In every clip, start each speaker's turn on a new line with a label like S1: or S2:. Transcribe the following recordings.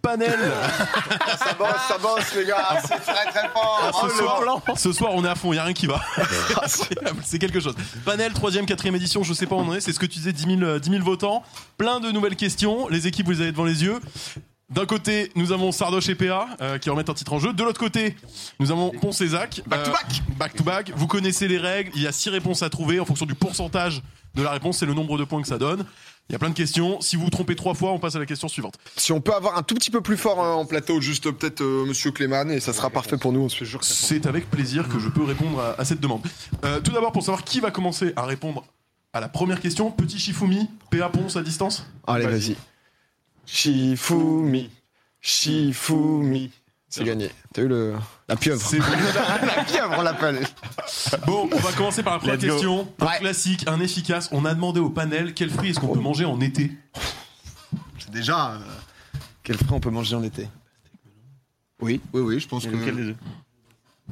S1: Flanelle.
S2: Ça bosse, ça bosse, les gars. Ah, C'est très, très fort. Oh,
S1: ce,
S2: Bravo.
S1: soir, ce soir, on est à fond, il n'y a rien qui va. C'est- c'est quelque chose. Panel, troisième, quatrième édition, je sais pas où on en est, c'est ce que tu disais, 10 000, euh, 10 000 votants. Plein de nouvelles questions, les équipes, vous les avez devant les yeux. D'un côté, nous avons Sardoche et PA euh, qui remettent un titre en jeu. De l'autre côté, nous avons Poncezac.
S2: Back to back.
S1: Back to back. Vous connaissez les règles. Il y a six réponses à trouver. En fonction du pourcentage de la réponse, c'est le nombre de points que ça donne. Il y a plein de questions. Si vous vous trompez trois fois, on passe à la question suivante.
S2: Si on peut avoir un tout petit peu plus fort hein, en plateau, juste euh, peut-être euh, Monsieur Cléman, et ça sera parfait pour nous, on se jure. que ça sera-
S1: C'est avec plaisir que je peux répondre à, à cette demande. Euh, tout d'abord, pour savoir qui va commencer à répondre à la première question, petit Shifumi, PA Ponce à distance.
S2: Allez, vas-y. Shifumi, Shifumi. C'est gagné. T'as eu le... la pieuvre.
S1: C'est bon.
S2: La pieuvre, on l'appelle.
S1: Bon, on va commencer par la première
S3: Let's go.
S1: question. Un
S2: Ouais.
S1: classique, un efficace. On a demandé au panel quel fruit est-ce qu'on peut manger en été
S2: Déjà. euh, Quel fruit on peut manger en été Oui, oui, oui, je pense que.
S3: Lequel des deux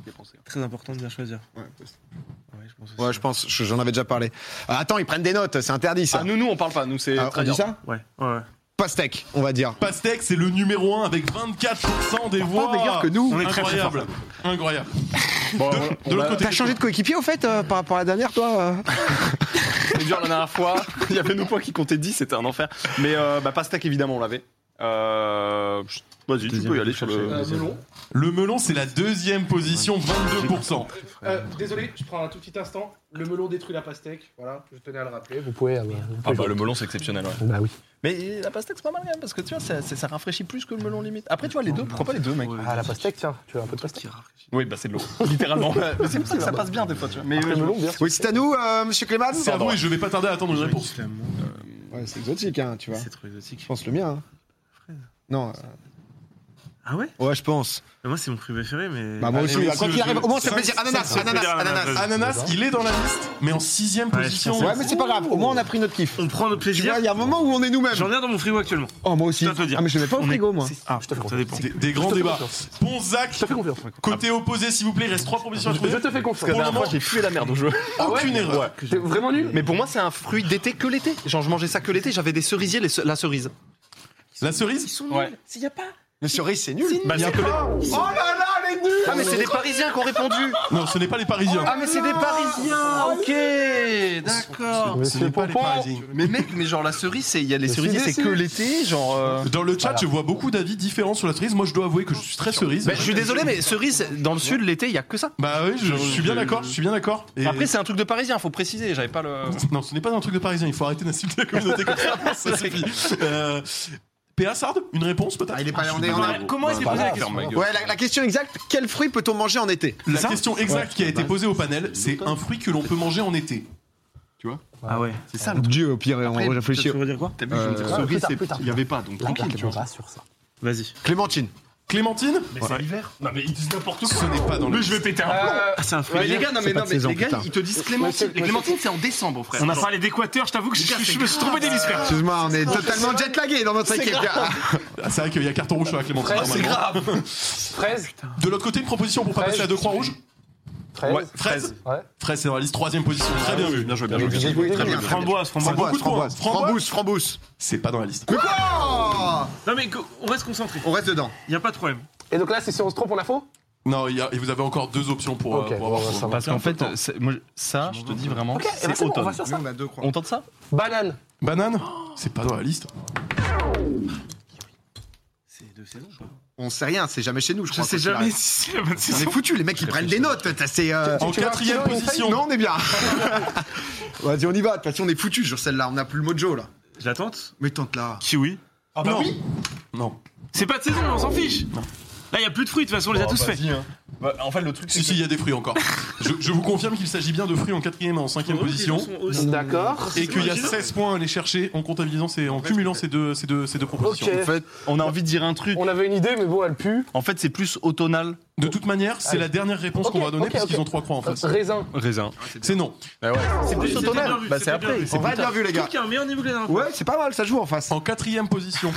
S2: J'ai pensé.
S3: Très important de bien choisir.
S2: Ouais,
S3: Ouais, je pense aussi.
S2: Ouais, je pense, je- j'en avais déjà parlé. Ah, attends, ils prennent des notes, c'est interdit ça.
S3: Ah, nous, nous, on parle pas. Nous, c'est.
S2: Ah,
S3: très
S2: on dit
S3: bien.
S2: ça
S3: Ouais. ouais.
S2: Pastèque, on va dire.
S1: Pastèque, c'est le numéro 1 avec 24% des voix.
S2: meilleur que nous.
S3: On est très, très fort,
S1: Incroyable. Incroyable.
S3: Bon,
S1: De-
S3: on-
S1: de
S3: on
S1: l'autre
S3: a-
S1: côté,
S2: T'as changé de coéquipier au fait euh, par rapport à la dernière, toi euh
S3: C'était dur la dernière fois. Il y avait nos points qui comptaient 10, c'était un enfer. Mais euh, bah, Pastak, évidemment, on l'avait. Euh, je- Vas-y, tu peux y aller sur le.
S4: Euh, melon.
S1: le melon, c'est la deuxième position, 22%.
S4: Euh, désolé, je prends un tout petit instant. Le melon détruit la pastèque. Voilà, je tenais à le rappeler. Vous pouvez. euh, vous
S3: Ah
S4: pouvez
S3: bah
S4: jouer.
S3: le melon c'est exceptionnel ouais.
S4: Bah oui.
S3: Mais la pastèque c'est pas mal quand même parce que tu vois ça, ça- ça rafraîchit plus que le melon limite. Après tu vois les deux, pourquoi pas les deux mec
S4: Ah, la pastèque, tiens, tu veux un peu de pastèque
S3: Oui bah c'est de l'eau, littéralement. Mais c'est pour ça que ça passe bien des fois tu vois. Mais
S4: Le
S3: euh,
S4: melon, bien sûr.
S2: Oui, c'est à nous, euh, monsieur Clément
S1: C'est à vous et je vais pas tarder à attendre une réponse.
S2: Ouais, c'est exotique, hein, tu vois.
S5: C'est trop exotique.
S2: Je pense le mien. hein. Non. euh,
S5: Ah ouais
S2: Ouais, je pense.
S5: Mais Moi, c'est mon fruit préféré, mais.
S2: Bah, moi aussi,
S1: Allez,
S2: bah, quoi
S1: je-
S2: qu'il arrive, au moins, ça fait
S1: cinq-
S2: plaisir. Ananas,
S5: cinq-
S2: ananas,
S5: cinq-
S2: ananas.
S1: Ananas, il est dans la liste, mais en sixième
S5: Ouais, je
S1: position.
S5: pensais
S2: Ouais, mais c'est pas grave, au moins, on a pris notre kiff.
S5: On prend notre
S2: Tu
S5: plaisir.
S2: vois, il y a un moment où on est nous-mêmes.
S5: J'en ai un dans mon frigo actuellement.
S2: Oh, moi aussi.
S5: Je dois te le dire.
S2: Ah, mais je le mets pas au
S5: On est-
S2: frigo, moi.
S4: Ah, je te fais confiance.
S5: Ça dépend.
S1: Des, des grands
S4: Je te fais
S1: débats.
S4: confiance.
S1: Ponzac,
S4: Je te fais confiance.
S1: côté opposé, s'il vous plaît, il reste trois propositions à trouver.
S4: Je te fais
S3: Parce que la
S4: confiance.
S3: dernière fois j'ai pué la merde au jeu.
S1: Aucune erreur.
S4: T'es vraiment nul
S3: Mais pour moi c'est un fruit d'été que l'été. Genre je mangeais ça que l'été, j'avais des cerisiers, les ce- la cerise.
S1: La cerise
S4: sont
S3: Ouais.
S4: S'il y a pas.
S2: Le cerise, c'est nul.
S3: Bah, c'est que les-
S2: Oh là là, les nuls
S3: Ah mais c'est des parisiens qui ont répondu
S1: Non, ce n'est pas les Parisiens.
S3: Ah mais c'est des parisiens Ok D'accord
S1: ce n'est pas les Parisiens.
S3: Mais mec, mais genre la cerise, c'est- il y a les cerisiers, c'est que l'été, genre. euh,
S1: Dans le chat, je vois beaucoup d'avis différents sur la cerise. Moi, je dois avouer que je suis très cerise.
S3: bah, je suis désolé, mais cerise, dans le sud, l'été, il y a que ça.
S1: Bah oui, je, je suis bien d'accord, je suis bien d'accord. Et-
S3: Après, c'est un truc de parisien, faut préciser, j'avais pas le.
S1: non, ce n'est pas un truc de Parisien. Il faut arrêter d'insulter la communauté comme ça. Ça suffit. Euh, PA Sard, une réponse peut-être
S2: Ah, il est pas on est- on est-
S5: Comment est-ce qu'il
S3: Bah,
S5: posait la question
S2: Ouais, la, la question exacte, quel fruit peut-on manger en été
S1: La question exacte qui a été posée au panel, c'est un fruit que l'on peut manger en été.
S5: Ah ouais.
S3: C'est ça
S2: Dieu, au pire, on réfléchit. Euh,
S5: veux dire quoi
S3: T'as vu,
S2: je me dis, cerise,
S4: plus tard, plus tard.
S3: il y avait pas, donc tranquille, tu vois.
S4: pas sur ça.
S5: Vas-y.
S2: Clémentine.
S1: Clémentine
S5: Mais c'est l'hiver Non, mais ils disent n'importe
S1: Ce n'est pas dans le.
S5: je vais péter un plomb
S3: Ah, c'est un fruit. Mais les gars, non, mais,
S2: pas
S3: non,
S2: de
S3: mais
S2: saison,
S3: les gars,
S2: putain.
S3: ils te disent
S4: Monsieur-
S3: Clémentine. Les
S4: monsieur-
S3: Clémentines, c'est en décembre, frère.
S5: On a parlé d'Équateur, je t'avoue que je,
S3: Putain,
S5: je- je
S3: c'est
S5: me suis trompé d'hélice, frère.
S2: Excuse-moi, on est totalement jetlagué dans notre équipe.
S1: Ah, c'est vrai qu'il y a carton rouge sur la Clémentine.
S4: Frère, c'est
S1: normalement.
S4: Fraise
S1: De l'autre côté, une proposition pour pas
S4: Fraise.
S1: passer à deux croix rouges.
S3: Ouais,
S4: Fraise
S1: Fraise.
S4: Ouais.
S1: Fraise, c'est dans la liste troisième position. Très bien vu. Bien joué, bien joué.
S2: J'ai goûté,
S1: Très bien.
S2: mais-
S5: Framboise, framboise.
S1: beaucoup de
S2: framboise,
S1: points.
S2: framboise, framboise.
S1: C'est pas dans la liste.
S2: Oh
S5: Non, mais go- on reste concentré.
S2: on reste dedans.
S5: Y a pas de problème.
S4: Et donc là, c'est si on se trompe, on a faux
S1: Non, il y a- et vous avez encore deux options pour, euh,
S4: Ok,
S1: pour avoir.
S2: bah,
S4: bon, ça va.
S3: Parce qu'en fait, ça, je te dis vraiment,
S4: Ok, eh ben, c'est bon, on va sur ça.
S2: on a deux croix.
S3: On tente ça
S4: Banane.
S1: Banane C'est pas dans la liste.
S5: C'est deux saisons,
S2: On sait rien, c'est jamais chez nous,
S5: Je
S2: je crois.
S5: sais
S2: quand il
S5: jamais
S2: arrive.
S5: si c'est la bonne
S2: On
S5: saison.
S2: est foutus, les mecs ils prennent des notes. t'as- C'est. euh,
S1: En
S4: tu veux un
S1: quatrième
S4: kilo, une
S1: position.
S2: Non, on est bien. Vas-y, on y va. De toute façon, on est foutus sur celle-là. On a plus le mojo là.
S5: Je la tente.
S2: Mais tente là.
S5: Kiwi.
S1: non. Non.
S5: C'est pas de saison, on s'en fiche. Là, y a plus de fruits, de toute façon, on les a tous faits.
S3: En fait, le truc,
S1: Si, si, il y a des fruits encore. je, je vous confirme qu'il s'agit bien de fruits en quatrième et en cinquième position.
S4: D'accord.
S1: Et qu'il y a 16 points à aller chercher en comptabilisant, ces, en cumulant ces deux, ces deux, ces deux propositions.
S4: Ok.
S3: En fait, on a envie de dire un truc.
S4: On avait une idée, mais bon, elle pue.
S3: En fait, c'est plus automnal.
S1: De toute manière, c'est
S4: Allez.
S1: la dernière réponse
S4: Ok,
S1: qu'on va donner
S4: ok,
S1: parce qu'ils
S4: ok.
S1: ont trois croix en face.
S4: Raisin.
S3: Raisin.
S1: C'est non.
S3: C'est plus automnal. Bah, c'est après.
S2: On va bien vu, les
S5: Je trouve
S2: gars.
S5: qu'il y a un meilleur niveau que les dernières fois.
S2: Ouais, c'est pas mal, ça joue en face.
S1: En quatrième position,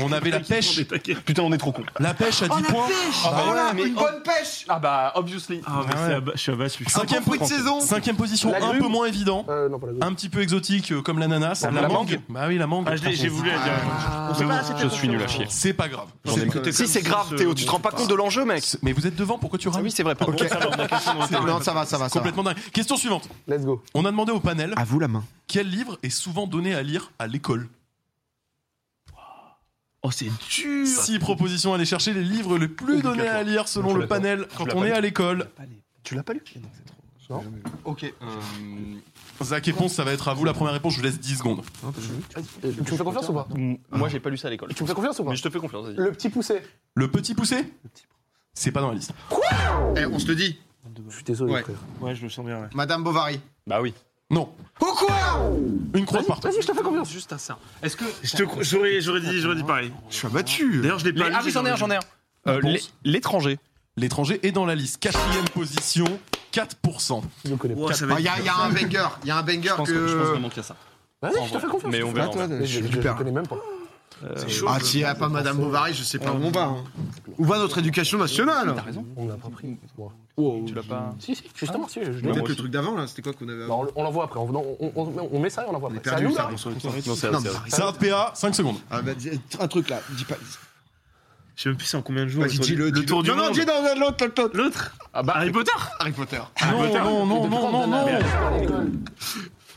S1: On avait la pêche.
S3: Putain, on est trop con.
S1: La pêche à 10 points.
S4: Ah bah
S2: Ah
S4: voilà,
S2: ouais, mais-
S4: une bonne pêche
S3: Ah bah, obviously.
S5: Ah, mais
S1: Ah
S5: c'est
S1: ouais.
S5: à bas- je suis abattu.
S1: Cinquième,
S2: fruit de
S1: po-
S2: saison.
S1: cinquième position,
S4: La
S1: un
S4: grume.
S1: peu moins évident.
S4: Euh, non, pas la gauche.
S1: Un petit peu exotique euh, comme l'ananas.
S5: Ah,
S1: La,
S5: la
S1: mangue.
S5: mangue.
S1: Bah oui, la mangue.
S5: Ah, je l'ai- j'ai voulu la dire.
S3: s'est pas assez
S5: Je suis nul à chier.
S1: C'est pas grave.
S2: J'en ai écouté.
S3: Si, c'est grave, Théo, tu te rends pas compte de l'enjeu, mec
S1: Mais vous êtes devant, pourquoi tu
S3: Ah
S1: rames
S3: oui, c'est vrai, pardon.
S2: Ok. Non, ça va, ça va, ça va.
S1: Ah, Complètement dingue. Question suivante.
S4: Let's go.
S1: On a demandé au panel
S2: À vous la main.
S1: quel livre est souvent donné à lire à l'école.
S5: Oh, c'est dur.
S1: Six propositions à aller chercher les livres les plus donnés à lire selon
S4: Je
S1: le
S4: l'attends.
S1: panel quand
S3: l'as
S1: on
S3: pas
S1: est
S3: lu.
S1: à l'école.
S3: Tu l'as pas lu
S4: Non.
S2: Ok.
S1: Zach et Ponce, ça va être à vous la première réponse. Je vous laisse 10 secondes.
S4: Euh, Tu me fais confiance ou pas
S3: Mm. Moi, j'ai pas lu ça à l'école.
S4: Tu me fais confiance ou pas
S3: Mais je te fais confiance, vas-y.
S4: Le petit poussé.
S1: Le petit poussé C'est pas dans la liste.
S2: Eh, on se le dit.
S4: Je suis désolé,
S2: Ouais.
S4: frère.
S5: Ouais, je le sens bien. ouais.
S2: Madame Bovary.
S3: Bah oui.
S1: Non. Pourquoi Une croix par terre.
S4: Vas-y, je te fais confiance.
S5: Juste à ça. Est-ce
S3: Ah
S5: que je te- j'aurais j'aurais dit j'aurais dit pareil.
S2: Je suis abattu.
S5: D'ailleurs, je l'ai pas. lu, j'aurais-
S3: ai un.
S1: Euh, l'é-
S3: L'étranger.
S1: L'étranger est dans la liste. Quatrième position, 4%.
S4: Je le connais.
S5: Oh, ça
S2: Il
S5: va
S2: Ah, y,
S5: être-
S2: a- y a un banger. Il y a un banger que.
S3: manque ça.
S4: Vas-y, je te fais confiance.
S3: Mais on verra. on verra.
S4: Mais Je je le connais même pas.
S5: c'est chaud.
S2: Ah, s'il n'y a pas Madame Bovary, je sais pas où on va. hein. Où va notre éducation nationale
S4: On l'a pas pris. moi.
S3: Tu l'as pas.
S4: Si, si, justement, si, je l'ai.
S2: Peut-être le truc d'avant, là, c'était quoi qu'on avait
S4: Bah,
S2: avant
S4: on, le- on l'envoie après. On, non, on- on- on met ça et on l'envoie
S2: On est
S4: après. C'est à
S2: perdu,
S4: nous,
S2: ça.
S4: là
S2: on se retrouve.
S3: Non, c'est
S2: Non,
S3: c'est-
S2: mais-
S1: C'est un PA, 5 secondes.
S2: Ah, bah, dis- un truc là, dis pas.
S5: Je sais même plus c'est en combien de jours.
S2: Vas-y,
S5: le tour du-
S2: dis-le. dis-le.
S5: Le tour du
S2: Non, non,
S5: monde.
S2: dis non, non, l'autre, l'autre, l'autre.
S5: L'autre.
S4: Ah bah,
S5: Harry Potter.
S2: Harry Potter.
S4: Ah,
S1: Non, non, non, non, non, non.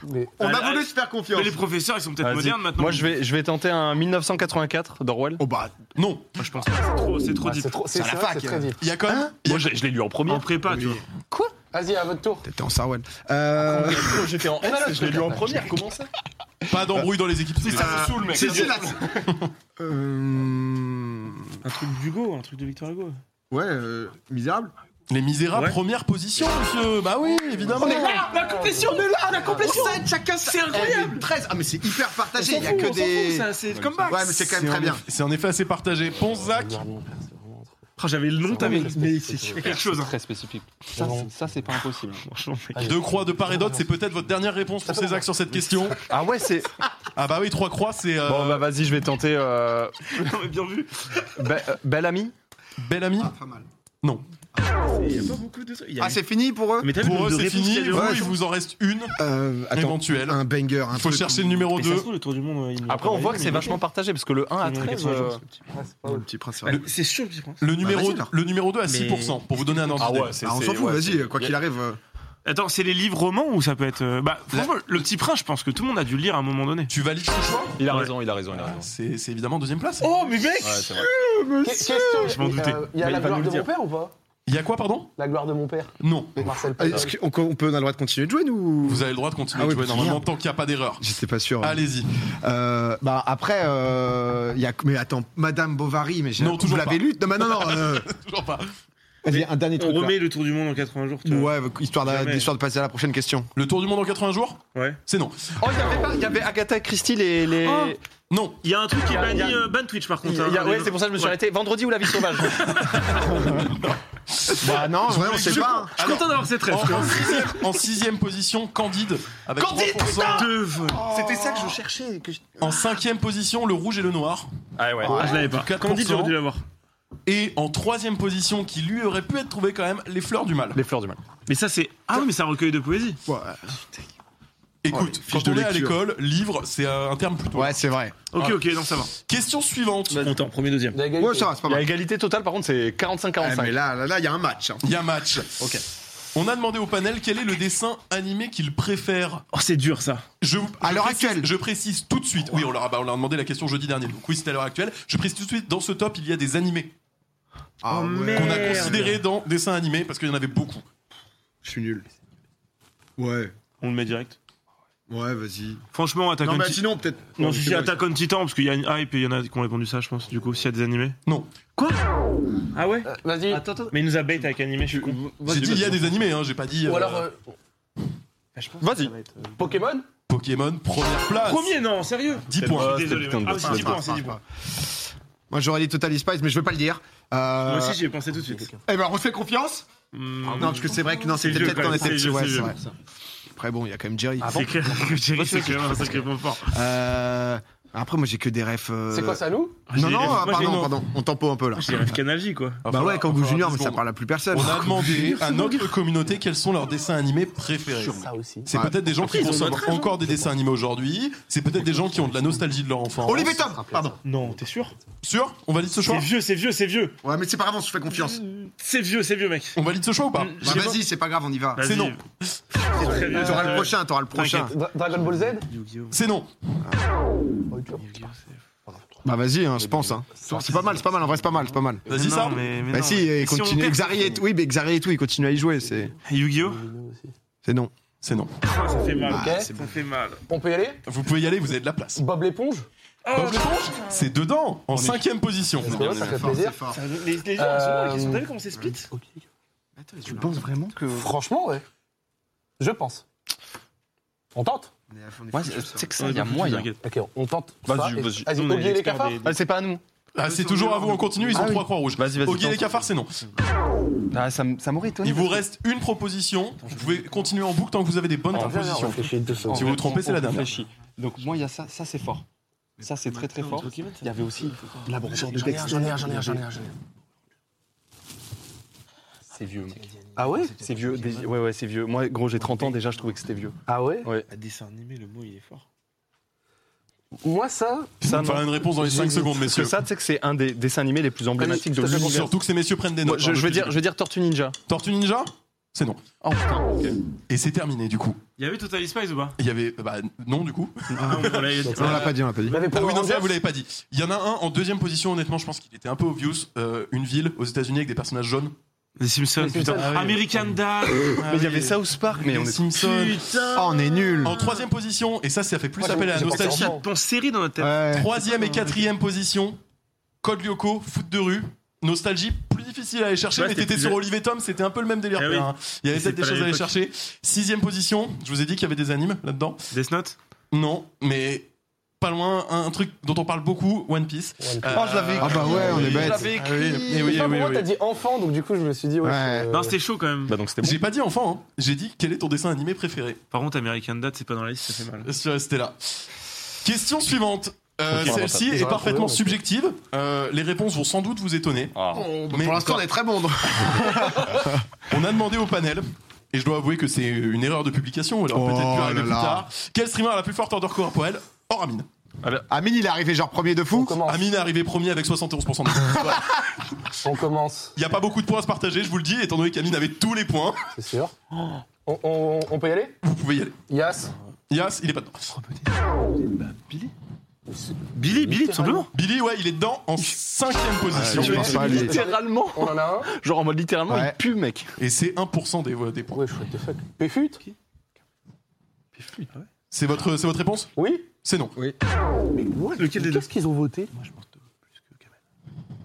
S4: Mais
S2: On
S5: Allez,
S2: a voulu
S5: allez.
S2: se faire confiance.
S5: Mais les professeurs, ils sont peut-être
S3: Vas-y.
S5: modernes maintenant.
S3: Moi, je vais, je vais tenter un 1984 d'Orwell.
S2: Oh, bah,
S1: Non.
S5: Moi, je pense que c'est trop, c'est trop
S4: Ah,
S5: dit.
S4: c'est trop, c'est
S2: C'est à la
S4: c'est vrai
S2: fac,
S4: que c'est très
S2: hein.
S4: deep.
S1: Il y a quand même.
S3: Moi, je, je l'ai lu en premier.
S5: En prépa, tu vois.
S4: Vas-y, à votre tour.
S2: t'étais en Sarwan.
S3: Ah,
S2: Euh.
S3: J'étais oh, en S, je l'ai lu en première. Comment ça
S1: Pas d'embrouille dans les équipes. C'est
S2: ça,
S1: saoule, mec.
S2: C'est Silas Euh.
S5: Un truc d'Hugo, un truc de Victor Hugo.
S2: Ouais, euh, misérable.
S1: Les misérables,
S5: Ouais.
S1: première position, monsieur. Bah oui, évidemment.
S5: La complétion, on est là, la complétion.
S2: chacun
S5: C'est incroyable.
S2: Eh, mais 13 Ah, mais c'est hyper partagé,
S5: On
S2: il y
S5: s'en
S2: a
S5: fout,
S2: que
S5: on s'en
S2: des.
S5: fout, ça, C'est comme bac.
S2: Ouais, mais c'est quand même très bien.
S1: C'est en effet assez partagé. Ponce, Zach.
S5: Ah, J'avais le nom, t'avais
S4: Mais c'est sûr.
S5: quelque chose. hein.
S3: Très spécifique.
S4: Ça, c'est-
S3: c'est pas impossible.
S1: Deux croix de part et d'autre, c'est peut-être votre dernière réponse pour Césac sur cette question.
S3: Ah ouais, c'est.
S1: Ah bah oui, trois croix, c'est euh,
S3: Bon, bah vas-y, je vais tenter. Euh...
S5: Non, mais bien vu.
S3: Be- euh, Bel ami
S1: bel ami.
S2: Ah, pas mal.
S5: Il y a pas beaucoup de trucs. Il y a
S2: Ah,
S5: eu-
S2: c'est fini pour eux
S5: Mais t'as vu le
S1: Pour
S5: nombre
S1: eux,
S5: de
S1: c'est
S5: réponses
S1: fini.
S5: qu'il y a eu
S1: Vous,
S2: Ouais,
S1: il vous en reste une
S2: Euh. Attends,
S1: éventuelle.
S2: un banger, un
S1: Il faut
S2: truc.
S1: chercher le numéro
S5: Mais ça se
S1: 2.
S5: trouve, le tour du monde. ils l'ont
S3: Après, on
S5: pas
S3: voit que
S5: validé,
S3: c'est
S5: mais
S3: vachement partagé parce que le 1 à
S5: Il y en a
S3: 13.
S5: 80
S3: euh,
S5: jours.
S4: Ouais, c'est pas
S2: Le
S4: mal.
S2: petit prince
S5: ok.
S2: Harry.
S5: C'est chaud, je pense.
S1: Le numéro,
S2: vas-y, alors.
S1: le numéro 2 à
S5: Mais-
S1: 6%, pour vous donner un ordre d'idée.
S3: c'est.
S2: Ah, on
S3: c'est-
S2: s'en fout,
S3: ouais, c'est-
S2: vas-y, quoi qu'il arrive. euh,
S5: Attends, c'est les livres romans ou ça peut être. euh, Bah, franchement, le petit prince, je pense que tout le monde a dû le lire à un moment donné.
S1: Tu valides ce choix
S3: Il a
S5: Ouais.
S3: raison, il a raison, il a raison.
S1: C'est c'est évidemment deuxième place.
S5: Oh, mais mec
S3: Ouais, c'est vrai.
S4: Que- Question.
S5: Je m'en doutais.
S4: euh, Il y a
S3: Mais
S4: la
S3: il va
S4: gloire
S3: nous
S4: de
S3: le dire.
S4: mon père ou pas
S1: Il y a quoi, pardon
S4: La gloire de mon père.
S1: Non.
S4: Marcel
S2: Ah, Est-ce
S4: Pazza.
S2: qu'on qu'on peut, on a le droit de continuer de jouer, nous
S1: Vous avez le droit de continuer
S2: Ah
S1: de
S2: oui,
S1: jouer
S2: parce que
S1: normalement
S2: merde.
S1: tant qu'il n'y a pas d'erreur.
S2: J'étais pas sûr. hein.
S1: Allez-y.
S2: Euh, bah après, euh, y a, mais attends, Madame Bovary, mais j'ai-
S1: Non, toujours
S2: vous l'avez
S1: pas.
S2: lu Non, mais non, non. euh,
S1: Toujours pas.
S2: vas-y, un dernier
S5: On
S2: truc.
S5: remet le tour du monde en 80 jours, tu
S2: là.
S5: vois.
S2: Ouais, euh, histoire de,
S5: Jamais.
S2: histoire de passer à la prochaine question.
S1: Le tour du monde en 80 jours
S5: Ouais.
S1: C'est non.
S3: Oh, il y avait pas, il y avait Agatha Christie, les. les...
S5: Oh.
S1: Non.
S5: Il y a un truc qui est
S3: Il y a- Ah, il
S5: banni,
S3: y a-
S5: euh, ban Twitch par
S3: Il
S5: contre.
S3: y a-
S5: hein, les-
S3: ouais, c'est pour ça que je me suis
S5: Ouais.
S3: arrêté. Vendredi ou la vie sauvage
S2: Bah non, ouais, on sait
S1: je-
S6: hein.
S2: pas.
S5: Je suis content d'avoir cette
S1: En,
S5: rêve.
S1: en sixième, en sixième position, Candide. Avec 3%.
S2: C'était ça que je cherchais. que je-
S1: En cinquième position, le rouge et le noir.
S3: Ah ouais.
S5: Ah, je l'avais pas.
S1: 4%.
S5: Candide, j'aurais dû l'avoir.
S1: Et en troisième position, qui lui aurait pu être trouvé quand même, les fleurs du mal.
S3: Les fleurs du mal.
S5: Mais ça, c'est. Ah oui, mais c'est un recueil de poésie.
S2: Ouais, Oh, les
S1: Écoute,
S2: fiches
S1: quand
S2: de
S1: on est à
S2: lecture.
S1: l'école, livre, c'est euh, un terme plutôt.
S2: ouais, c'est vrai.
S5: Ok,
S1: Ouais.
S5: ok, non, ça va.
S1: Question suivante.
S5: Content, premier, deuxième.
S4: De la
S2: Ouais,
S4: égalité.
S2: ça va, c'est pas
S3: Il y a
S2: mal.
S3: égalité totale, par contre, c'est 45-45.
S2: Ah, mais là, là, là, il y a un match. hein.
S1: Il y a match.
S3: Ok.
S1: On a demandé au panel quel est le dessin animé qu'il préfère.
S5: Oh, c'est dur ça.
S1: Je, vous-
S2: À
S1: je
S2: l'heure
S1: précise-
S2: actuelle.
S1: Je précise tout de suite. Oui, on leur, a, bah, on leur a demandé la question jeudi dernier. Donc oui, c'est à l'heure actuelle. Je précise tout de suite, dans ce top, il y a des animés
S2: Ah,
S5: Oh,
S2: ouais.
S5: merde.
S1: qu'on a considérés dans dessins animés parce qu'il y en avait beaucoup.
S2: Je suis nul. Ouais,
S5: On le met direct.
S2: ouais, vas-y.
S5: Franchement, Attack
S2: Non,
S5: on
S2: mais
S5: Titan.
S2: sinon, peut-être.
S5: Non,
S2: Ouais,
S5: je
S2: c'est
S5: suis
S2: bon,
S5: Attack on Titan parce qu'il y a une hype et il y en a qui ont répondu ça, je pense. Du coup, s'il y a des animés.
S1: Non.
S5: Quoi Ah ouais
S4: Euh, Vas-y.
S5: Mais il nous a bait avec animé, je suis con.
S1: J'ai dit il y a des animés, hein, j'ai pas dit.
S4: Ou
S1: euh,
S4: alors euh,
S3: Vas-y.
S4: Pokémon
S1: Pokémon, première place.
S5: euh, Premier, non, sérieux
S1: 10
S5: Je
S1: points.
S5: suis désolé.
S3: putain de
S5: Ah, oui, c'est
S2: c'est
S5: 10
S2: pas-
S5: points, c'est 10
S2: pas-
S5: points.
S2: Moi, j'aurais dit Total Spice, mais je veux pas le dire.
S5: Moi
S2: Euh,
S5: aussi, j'y ai pensé tout de suite.
S2: Eh ben, on se fait confiance
S5: Hum,
S2: Non, parce que c'est vrai que non,
S5: C'est
S2: c'est
S5: vieux,
S2: peut-être
S5: quand
S2: qu'on
S5: même,
S2: était
S5: c'est
S2: petit,
S5: vieux,
S2: ouais,
S5: c'est
S2: c'est
S5: vieux.
S2: vrai. Après, bon, il y a quand même Jerry.
S5: C'est clair que Jerry, c'est quand même un sacré point fort.
S2: Euh, Après, moi, j'ai que des refs. euh,
S4: C'est quoi ça, nous
S2: Non,
S5: J'ai
S2: non,
S5: les-
S2: ah,
S5: moi, j'ai-
S2: pardon,
S5: non.
S2: pardon. On tempo un peu là.
S5: J'ai rêve Canalji, quoi.
S2: Bah ouais, Kangoo
S1: Enfin,
S2: Junior,
S1: dix
S2: mais ça
S1: secondes.
S2: parle à plus personne.
S1: On a demandé à notre communauté quels sont leurs dessins animés préférés.
S4: Ça aussi.
S1: C'est
S2: Ouais.
S1: peut-être des gens
S5: Après,
S1: qui
S5: ils ont
S1: consomment
S5: notre âge, hein.
S1: encore des dessins animés aujourd'hui. C'est peut-être des gens qui ont de la nostalgie de leur enfance.
S2: Olivier Tom Pardon.
S5: Non, t'es sûr
S1: Sûr On valide ce choix
S5: C'est vieux, c'est vieux, c'est vieux.
S2: Ouais, mais c'est pas grave, on se fait confiance.
S5: C'est vieux, c'est vieux, mec.
S1: On valide ce choix ou pas
S5: Mm.
S2: Bah,
S5: J'ai
S2: vas-y, c'est pas grave, on y va.
S1: C'est
S5: Vas-y.
S1: non.
S5: C'est très vieux.
S2: T'auras le prochain, t'auras le prochain.
S4: Dra- Dragon Ball Z
S5: Yu-Gi-Oh.
S1: C'est non.
S4: Ok.
S2: Bah vas-y, hein, je pense. Hein. C'est pas mal, c'est pas mal, en vrai, c'est pas mal, c'est pas mal.
S1: Vas-y,
S5: Euh, Non,
S1: ça.
S5: mais- mais
S2: Bah
S5: non.
S2: si, et
S5: on
S2: continue.
S5: perd,
S2: Xari et tout, oui, mais Xari et tout, il continue à y jouer, c'est
S5: Yu-Gi-Oh
S2: c'est non.
S1: C'est non.
S5: Ah, Ça fait mal.
S4: Ok.
S5: Ça fait mal.
S4: On peut y aller
S1: Vous pouvez y aller, vous avez de la place.
S4: Bob l'éponge
S3: Ah,
S1: Bob l'éponge, c'est dedans, en cinquième position.
S4: C'est bien, ça fait plaisir.
S5: Ça- Les, les gens,
S4: Euh,
S5: en ce moment, ils sont- vous savez comment c'est split
S2: Tu penses vraiment que.
S4: Franchement, ouais. Je pense. On tente
S3: Ouais, c'est- tu sais que ça, il y a moyen.
S4: Ok, on tente.
S3: Vas-y,
S4: Ça, et-
S3: vas-y.
S5: Nous, on est
S4: oubliez les
S5: experts
S4: cafards.
S5: des- des-
S3: Ah, c'est pas à nous.
S1: Ah, c'est toujours à vous, on continue,
S3: Ah
S1: ils ont trois croix rouges.
S3: Vas-y, vas-y.
S1: Oggy et les
S3: tente.
S1: cafards, c'est non.
S3: Ah, ça m- ça m'aurait étonné.
S1: Il vous reste une proposition. Vous pouvez continuer en boucle tant que vous avez des bonnes
S3: Ah,
S4: Viens, viens, on
S1: propositions.
S4: réfléchit deux secondes.
S1: Si vous vous trompez, c'est la dernière.
S3: Réfléchis. Donc moi, il y a ça, ça c'est fort. Ça c'est très très fort. Il y avait aussi la brochure de
S4: J'en ai un,
S3: Dexter.
S4: j'en ai un, j'en ai un, j'en ai un, j'en ai un.
S3: C'est vieux. mec.
S4: Ah ouais
S3: C'est vieux. des- Ouais ouais, c'est vieux. Moi, gros, j'ai 30 ans déjà, je trouvais que c'était vieux.
S4: Ah ouais
S5: Dessin animé, le mot, il est fort.
S4: Moi, ça,
S3: Ça, non.
S1: Enfin, une réponse dans les 5 secondes,
S3: Parce que
S1: messieurs. Ah
S3: ça, tu sais que c'est un des dessins animés les plus emblématiques de
S4: je te fais
S3: l'univers.
S1: Surtout que ces messieurs prennent des
S3: Moi,
S1: notes.
S3: je,
S1: hein,
S3: je veux
S1: depuis
S3: dire,
S1: le
S3: je veux dire Tortue Ninja.
S1: début. Tortue Ninja C'est non.
S3: Oh putain.
S1: Et c'est terminé, du coup.
S5: Il y avait Total Spice ou pas
S1: Il y avait. Bah, non, du coup.
S5: Ah, on l'a-
S2: Non, on l'a pas dit, on l'a pas dit.
S4: vous l'avez
S1: Ah
S4: pas
S1: oui, non,
S4: Rangers
S1: ça, vous l'avez pas dit. Il y en a un en deuxième position, honnêtement, je pense qu'il était un peu obvious. Euh, une ville aux États-Unis avec des personnages jaunes.
S5: Les Simpsons,
S4: Les Simpsons.
S5: putain.
S1: Ah oui.
S5: American Dad.
S1: Ah
S3: Mais il y
S1: oui,
S3: avait South Park. Mais on
S1: les
S3: est.
S1: Simpsons.
S5: Putain.
S2: Oh, on est nul.
S1: En troisième position, et ça, ça fait plus
S4: Moi, j'ai-
S1: appel à la
S4: j'ai pas
S1: nostalgie.
S4: clairement.
S5: Ton série dans notre tête.
S2: Ouais.
S1: Troisième et quatrième position, Code Lyoko, foot de rue. Nostalgie, plus difficile à aller chercher,
S5: Ouais,
S1: mais
S5: c'était
S1: t'étais
S5: plus-
S1: sur Olivier Tom, c'était un peu le même délire.
S5: Eh oui.
S1: hein. Il y avait
S5: C'est
S1: peut-être des
S5: pas la
S1: choses à
S5: même
S1: aller chercher. Sixième position, je vous ai dit qu'il y avait des animes là-dedans.
S5: Death Note
S1: Non, mais pas loin, un, un truc dont on parle beaucoup, One Piece.
S4: One Piece.
S1: Euh,
S3: Ah, je l'avais
S2: Ah bah ouais, on est
S3: Je
S2: bête.
S3: l'avais
S1: Ah oui,
S3: écrit.
S1: eh oui,
S4: Enfin,
S1: eh
S4: pour
S1: oui,
S4: moi,
S1: oui.
S4: t'as dit enfant, donc du coup, je me suis dit. Ouais,
S2: Ouais.
S4: je-
S5: Non, c'était chaud quand même.
S3: Bah donc c'était bon.
S1: J'ai pas dit enfant, hein. j'ai dit quel est ton dessin animé préféré.
S5: Par contre, American Dad, c'est pas dans la liste, ça fait mal.
S1: Sur- C'était là. Question suivante. Euh,
S3: Ok,
S1: Celle-ci est
S4: j'aurais trouvé,
S1: parfaitement
S4: moi.
S1: subjective. Euh, les réponses vont sans doute vous étonner.
S3: Ah.
S2: Oh, bah,
S1: Mais
S2: pour l'instant, on
S1: encore-
S2: est très bon. donc.
S1: On a demandé au panel, et je dois avouer que c'est une erreur de publication, ou alors
S2: Oh
S1: peut-être plus arrivé
S2: là
S1: plus
S2: là.
S1: tard. Quel streamer a la plus forte ordre corporelle Or Amine.
S2: Amine, il est arrivé genre premier de
S4: On
S2: fou.
S4: commence.
S1: Amine est arrivé premier avec 71% de
S4: On commence,
S1: Il n'y a pas beaucoup de points à se partager, je vous le dis, étant donné qu'Amine avait tous les points.
S4: c'est sûr. On, on- on peut y aller
S1: Vous pouvez y aller.
S4: Yas
S1: Yas, il est pas dedans.
S5: Billy, Billy, tout simplement.
S1: Billy, ouais, il est dedans en cinquième position.
S2: je pense pas à lui.
S3: Littéralement.
S4: On en a un
S3: Genre en mode littéralement,
S2: Ouais.
S3: il pue, mec.
S1: Et c'est 1% des, voix- des points.
S4: Ouais, chouette de fuck. Péfut
S1: C'est votre, c'est votre réponse
S4: Oui
S1: C'est non.
S4: Mais what
S5: Lequel des deux
S4: Qu'est-ce qu'ils ont voté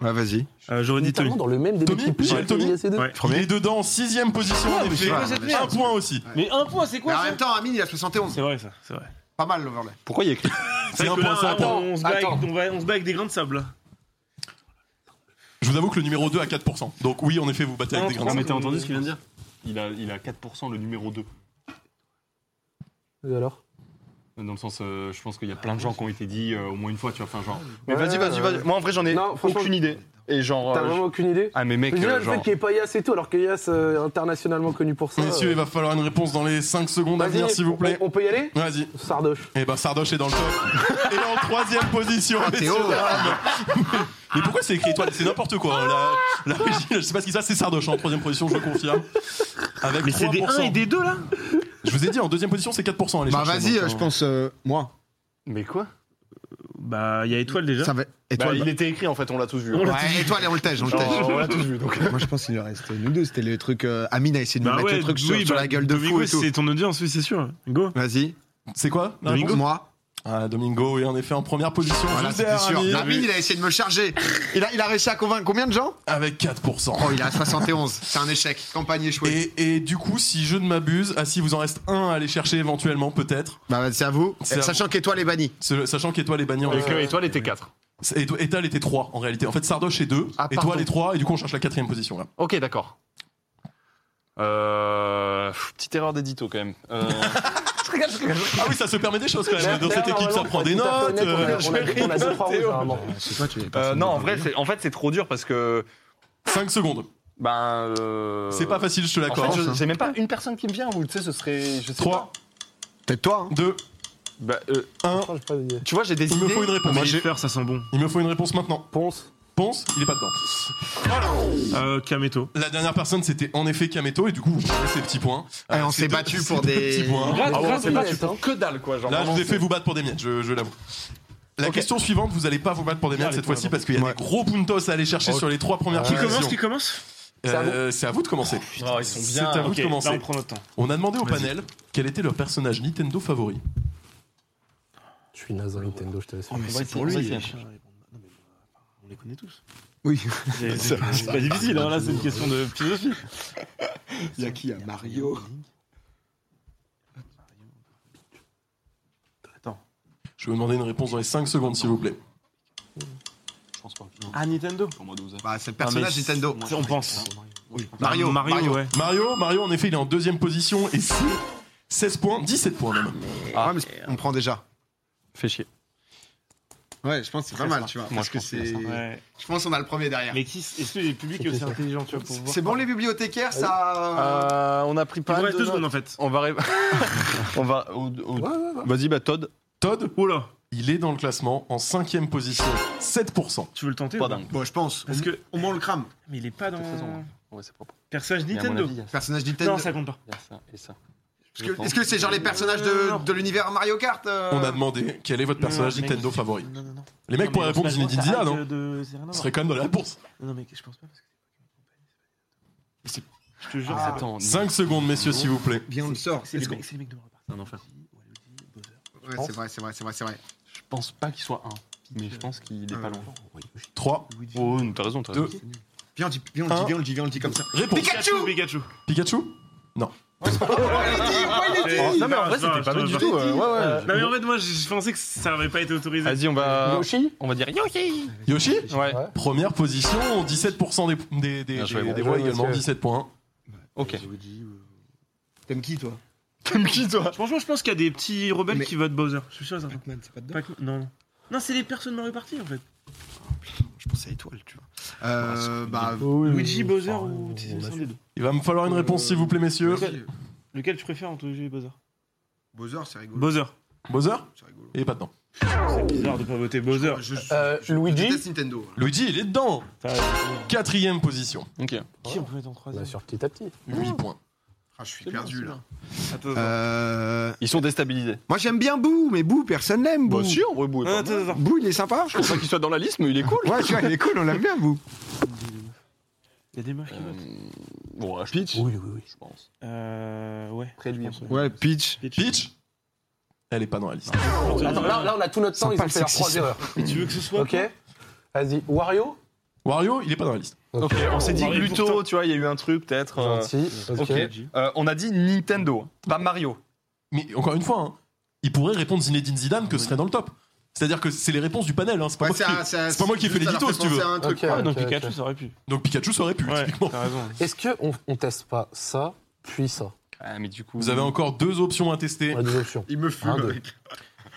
S2: Ouais, vas-y.
S5: Euh, J'aurais dit
S4: Notamment
S5: Tommy.
S4: dans le même débat
S1: Tommy
S4: qui pue,
S1: J'ai-
S4: hein,
S1: Tommy
S4: il y a ces deux.
S5: Ouais.
S1: Il est dedans en sixième position. en effet.
S2: pas
S5: cette
S1: un
S5: merde.
S1: point aussi.
S5: Mais un point, c'est
S2: Mais
S5: quoi
S2: en
S5: ça
S2: même temps, Amine, il a 71.
S5: C'est vrai, ça, c'est vrai.
S2: Pas mal l'overlay.
S3: Pourquoi il y a écrit
S1: C'est un
S5: vrai que
S1: point,
S5: là,
S1: c'est un point.
S5: on, on se bat avec-
S4: Attends.
S5: on va- on se bat avec des grains de sable. là.
S1: Je vous avoue que le numéro 2 a 4%. Donc oui, en effet, vous battez avec des grains de
S5: Ah, mais
S1: sable.
S5: t'as entendu ce qu'il vient de dire
S3: il a, il a 4% le numéro 2.
S4: Et alors
S3: Dans le sens, euh, je pense qu'il y a plein de gens qui ont été dit euh, au moins une fois, tu vois. Enfin, genre. Mais
S4: Ouais,
S3: vas-y, vas-y,
S4: ouais,
S3: vas-y.
S4: ouais.
S3: Moi, en vrai, j'en ai
S4: Non, franchement,
S3: aucune idée. Et genre.
S4: T'as
S3: euh,
S4: vraiment aucune idée
S3: je- Ah, mais mec,
S4: Mais
S3: euh,
S4: déjà, le fait
S3: genre.
S4: qu'il n'y ait pas Yas et tout, alors que Yas euh, est internationalement connu pour ça. euh,
S1: Messieurs, il va falloir une réponse dans les 5 secondes à
S4: Vas-y,
S1: venir, s'il vous plaît.
S4: On, on peut y aller
S1: Vas-y.
S4: Sardoche.
S1: Et ben Sardoche est dans le top. Et en troisième position.
S5: Ah,
S2: Théo.
S1: messieurs, dames. Mais pourquoi c'est écrit étoile C'est n'importe quoi. hein. La, la régie, je sais pas ce qui se passe, c'est Sardoche en troisième position, je le confirme. Avec
S5: Mais c'est des 1 et
S1: 3%.
S5: des 2 là
S1: Je vous ai dit, en deuxième position, c'est 4%. Allez,
S2: Bah
S1: chercher,
S2: vas-y,
S1: donc,
S2: euh, je pense euh, moi.
S3: Mais quoi
S5: Bah, il y a étoile déjà.
S2: Ça va.
S3: Bah,
S2: Étoile.
S3: Il était écrit en fait, on l'a tous vu.
S5: On l'a-
S2: Ouais, étoile et on le tège, on le
S3: Genre,
S2: tège.
S3: on l'a tous vu donc.
S2: Moi je pense qu'il reste nous deux, c'était le truc euh, Amine a essayé de nous
S5: Bah
S2: mettre
S5: ouais,
S2: le truc sur,
S5: oui,
S2: sur
S5: bah,
S2: la gueule de fou
S5: Domingo,
S2: et tout.
S5: c'est ton audience, oui, c'est sûr. Go.
S2: Vas-y,
S1: C'est quoi la
S5: Domingo
S1: réponse
S2: moi.
S1: Ah, Domingo est en effet en première position.
S2: Voilà,
S1: Juste
S2: c'était
S1: derrière
S2: sûr.
S1: Amine,
S2: Amine il a essayé de me charger. Il a, il a réussi à convaincre combien de gens
S1: avec 4%.
S2: Oh, il a 71. C'est un échec. Campagne échouée.
S1: Et, et du coup, si je ne m'abuse, ah si vous en reste un à aller chercher éventuellement, peut-être,
S2: Bah, bah, c'est à vous.
S1: C'est à
S2: Sachant qu'étoile est banni.
S1: Ce- sachant qu'Étoile est banni en
S5: Euh,
S3: Et que
S1: effet.
S3: étoile était 4.
S1: C'est- Éto- Étoile était 3 en réalité. En fait, Sardoche est 2,
S2: Ah, pardon.
S1: Étoile est 3, et du coup, on cherche la quatrième position là.
S3: Ok, d'accord. Euh, pff, Petite erreur d'édito quand même. Euh,
S4: rigole, je rigole.
S1: Ah oui, ça se permet des choses quand même. Dans cette équipe, ça prend des
S4: Tout à fait
S1: notes.
S4: honnête, on
S1: euh,
S4: a- On a on a deux, trois rouges, normalement.
S2: Je sais pas, tu avais
S3: Euh,
S2: personne
S3: non,
S2: de
S3: en vrai,
S2: parler.
S3: c'est- en fait, c'est trop dur parce que.
S1: 5 euh, secondes.
S3: Ben. euh,
S1: C'est pas facile, je te
S3: En
S1: l'accorde.
S3: fait, je-
S2: hein.
S3: j'ai même pas une personne qui me vient, ou tu sais, ce serait. Je sais
S1: 3,
S2: Peut-être toi. hein.
S1: 2,
S3: pas. Bah, euh,
S1: 1.
S4: Oh, j'ai pas d'idée.
S3: tu vois, j'ai des
S1: Il me
S3: idées.
S1: faut une réponse.
S5: Moi, faire, ça sent bon.
S1: Il me faut une réponse maintenant.
S4: Ponce.
S1: Ponce, il est pas dedans.
S5: Euh, Kameto.
S1: La dernière personne, c'était en effet Kameto, et du coup, vous prenez ces petits points.
S2: Ouais,
S1: Euh,
S2: on
S1: ces
S2: s'est
S1: deux-
S2: battu
S1: ces
S2: pour
S1: deux
S2: des-
S1: petits points.
S4: Grave,
S3: Ah ouais,
S4: grave
S3: c'est pas, tu
S4: honnête,
S3: prends
S4: hein.
S3: que dalle, quoi. Genre,
S1: Là, je
S3: vraiment,
S1: vous ai
S3: c'est-
S1: fait vous battre pour des miettes, je, je l'avoue. La
S3: Ok.
S1: question suivante, vous allez pas vous battre pour des miettes
S5: Allez,
S1: cette
S5: pour
S1: fois-ci parce qu'il y a des gros puntos à aller chercher sur les trois premières
S5: Qui
S1: questions.
S5: commence Qui commence
S1: Euh, C'est à vous de commencer.
S5: Oh, ils sont
S1: bien. C'est à vous de
S5: Ok,
S1: commencer.
S5: Là, on prend notre temps.
S1: On a demandé au
S5: Vas-y.
S1: panel quel était leur personnage Nintendo favori.
S4: Je suis naze dans Nintendo, je te
S2: Oh,
S4: laisse.
S3: Ouais, c'est pour lui.
S5: On les connaît tous.
S2: Oui.
S5: C'est c'est pas difficile, hein, là, c'est une question de philosophie.
S2: Il y a qui Il y a Mario.
S1: Je vais vous demander une réponse dans les 5 secondes, s'il vous plaît.
S5: Ah, Nintendo
S2: Bah, c'est le personnage Nintendo.
S5: On pense.
S2: Oui.
S5: Mario, Mario, ouais.
S1: Mario, Mario, en effet, il est en deuxième position et si 16 points, 17 points même.
S2: Ouais, Ah, mais c'est- on prend déjà.
S3: Fais chier.
S2: Ouais, je pense que c'est pas
S5: Très
S2: mal,
S5: smart.
S2: tu vois.
S3: Moi,
S2: parce
S3: je
S2: que
S3: pense que
S2: c'est. Je pense qu'on a le premier derrière.
S5: Mais qui est-ce que les publics
S4: C'est
S5: est aussi
S4: ça.
S5: intelligent, tu vois, pour voir
S2: C'est bon, les bibliothécaires, ça.
S3: Euh, on a pris
S5: Il
S3: pas
S5: vous
S3: mal
S5: reste
S3: de
S5: deux secondes
S3: notes.
S5: en fait.
S3: On va. ré- on va. au- au-
S4: Ouais, ouais, ouais.
S3: Vas-y, bah, Todd.
S1: Todd,
S5: Oula,
S1: il est dans le classement en cinquième position, 7%.
S5: tu veux le tenter
S3: Pas
S5: ou
S3: dingue.
S2: Bon, je pense.
S5: Parce que.
S2: Au moins, on le crame.
S5: Mais il est pas
S3: De toute façon,
S5: dans.
S3: Ouais, c'est propre.
S5: Personnage
S3: Mais à mon
S5: Nintendo.
S3: avis, il y a ça-
S2: Personnage Nintendo.
S5: Non, ça compte pas.
S3: il y a ça et ça.
S2: Parce que- Est-ce que c'est genre les personnages
S5: Non.
S2: de, de l'univers Mario Kart euh
S1: On a demandé quel est votre
S5: Non,
S1: personnage
S5: mais-
S1: Nintendo favori.
S5: Non, non, non.
S1: Les mecs pourraient répondre Zinedine Zidane, non
S5: non
S1: Ce serait quand même dans la bourse.
S5: Non, mais je pense pas. Parce que... Je te jure, c'est
S3: Attends,
S1: 5 secondes, messieurs, s'il vous plaît.
S2: Bien, on le sort.
S5: c'est les
S2: Let's go.
S5: mecs- c'est les mecs de Mario Kart.
S3: C'est un enfer.
S2: Ouais, c'est vrai, c'est vrai, c'est vrai, c'est vrai.
S3: Je pense pas qu'il soit un, mais je pense qu'il est
S2: Euh,
S3: pas loin.
S1: 3,
S3: Oh, non, t'as raison, t'as
S1: Deux.
S3: raison.
S2: Viens, on dit, viens, on le dit, viens, on le dit, viens, on le dit comme ça.
S1: réponse.
S2: Pikachu
S5: Pikachu
S1: Pikachu
S5: Oh,
S3: Non, mais en vrai, c'était pas mal du tout. euh, Ouais, ouais.
S5: Non, mais en fait, moi, je je pensais que ça aurait pas été autorisé.
S3: Vas-y, on va.
S4: Yoshi
S3: On va dire Yoshi
S1: Yoshi
S3: Ouais,
S4: Ouais.
S1: Première position, 17% des, des, des,
S3: Bien joué,
S1: des-
S3: bon.
S1: des voix
S4: Bien joué,
S1: également,
S4: monsieur.
S1: 17 points.
S3: ok.
S2: T'aimes qui, toi
S3: T'aimes qui, toi
S5: Franchement, je pense qu'il y a des petits rebelles
S2: Mais-
S5: qui votent Bowser. Je suis sûr, ça.
S2: Pac-Man, c'est pas dedans
S5: Pac- Non, non. Non, c'est les personnes de Mario Party en fait.
S2: Je pensais à Étoile, tu vois. Euh, bah.
S5: Luigi, Bowser ou. C'est un des deux.
S1: Il va me falloir une
S5: Euh,
S1: réponse, s'il vous plaît, messieurs.
S2: Bowser,
S5: Lequel tu préfères entre Luigi et Bowser
S2: c'est rigolo.
S5: Bowser.
S1: Bowser
S2: C'est rigolo.
S1: Il est pas dedans.
S5: C'est bizarre de pas voter Bowser.
S2: Je, je,
S4: Euh, Luigi
S2: déteste Nintendo.
S1: Luigi, il est dedans
S5: Enfin,
S1: Quatrième position,
S3: Ok.
S5: Qui on peut mettre en
S4: Bah,
S5: troisième
S4: sur petit à petit.
S1: 8 points.
S2: Ah, je suis perdu là.
S5: Attends, attends.
S2: Euh,
S3: Ils sont déstabilisés.
S2: moi j'aime bien Boo, mais Boo, personne n'aime Boo.
S3: ouais, Boo.
S5: Non,
S3: est pas
S5: attends,
S3: mal.
S5: attends.
S2: Boo, il est sympa.
S3: Je pense pas qu'il soit dans la liste, mais il est cool.
S2: Ouais, tu vois, il est cool, on l'aime bien Boo.
S5: Il y a des meufs qui
S3: Euh,
S5: votent.
S3: Ouais, Peach.
S4: Oui, oui, oui.
S3: Je pense.
S5: Euh. Ouais.
S3: Près de lui.
S5: Je pense, ouais.
S2: Ouais, Peach.
S1: Peach Elle est pas dans la liste.
S4: Attends, là, là, on a tout notre temps, ils ont fait leurs trois erreurs.
S5: Mais tu veux que ce soit.
S4: Ok Vas-y, Wario
S1: Wario, il est pas dans la liste.
S3: Ok, on s'est dit
S5: Mario,
S3: Gluto,
S5: pourtant.
S3: tu vois, il y a eu un truc peut-être. euh,
S4: Gentil.
S3: Ok. Euh, on a dit Nintendo, pas Mario.
S1: Mais encore une fois, hein, il pourrait répondre Zinedine Zidane que ce serait dans le top. C'est-à-dire que c'est les réponses du panel, hein, c'est pas,
S2: Ouais,
S1: moi, qui... c'est pas moi qui ai fait les
S2: ditos
S1: ditos, si tu veux.
S2: Un truc,
S4: Ok.
S2: quoi.
S5: Ah, donc
S4: ok.
S5: Pikachu, ça aurait pu.
S1: Donc Pikachu, ça aurait pu,
S5: Ouais,
S1: typiquement.
S5: t'as raison.
S4: Est-ce qu'on on teste pas ça, puis ça
S3: Ah, mais du coup.
S1: Vous avez encore deux options à tester
S4: On a des options.
S2: Il me fume.
S4: Un, deux.
S2: mec.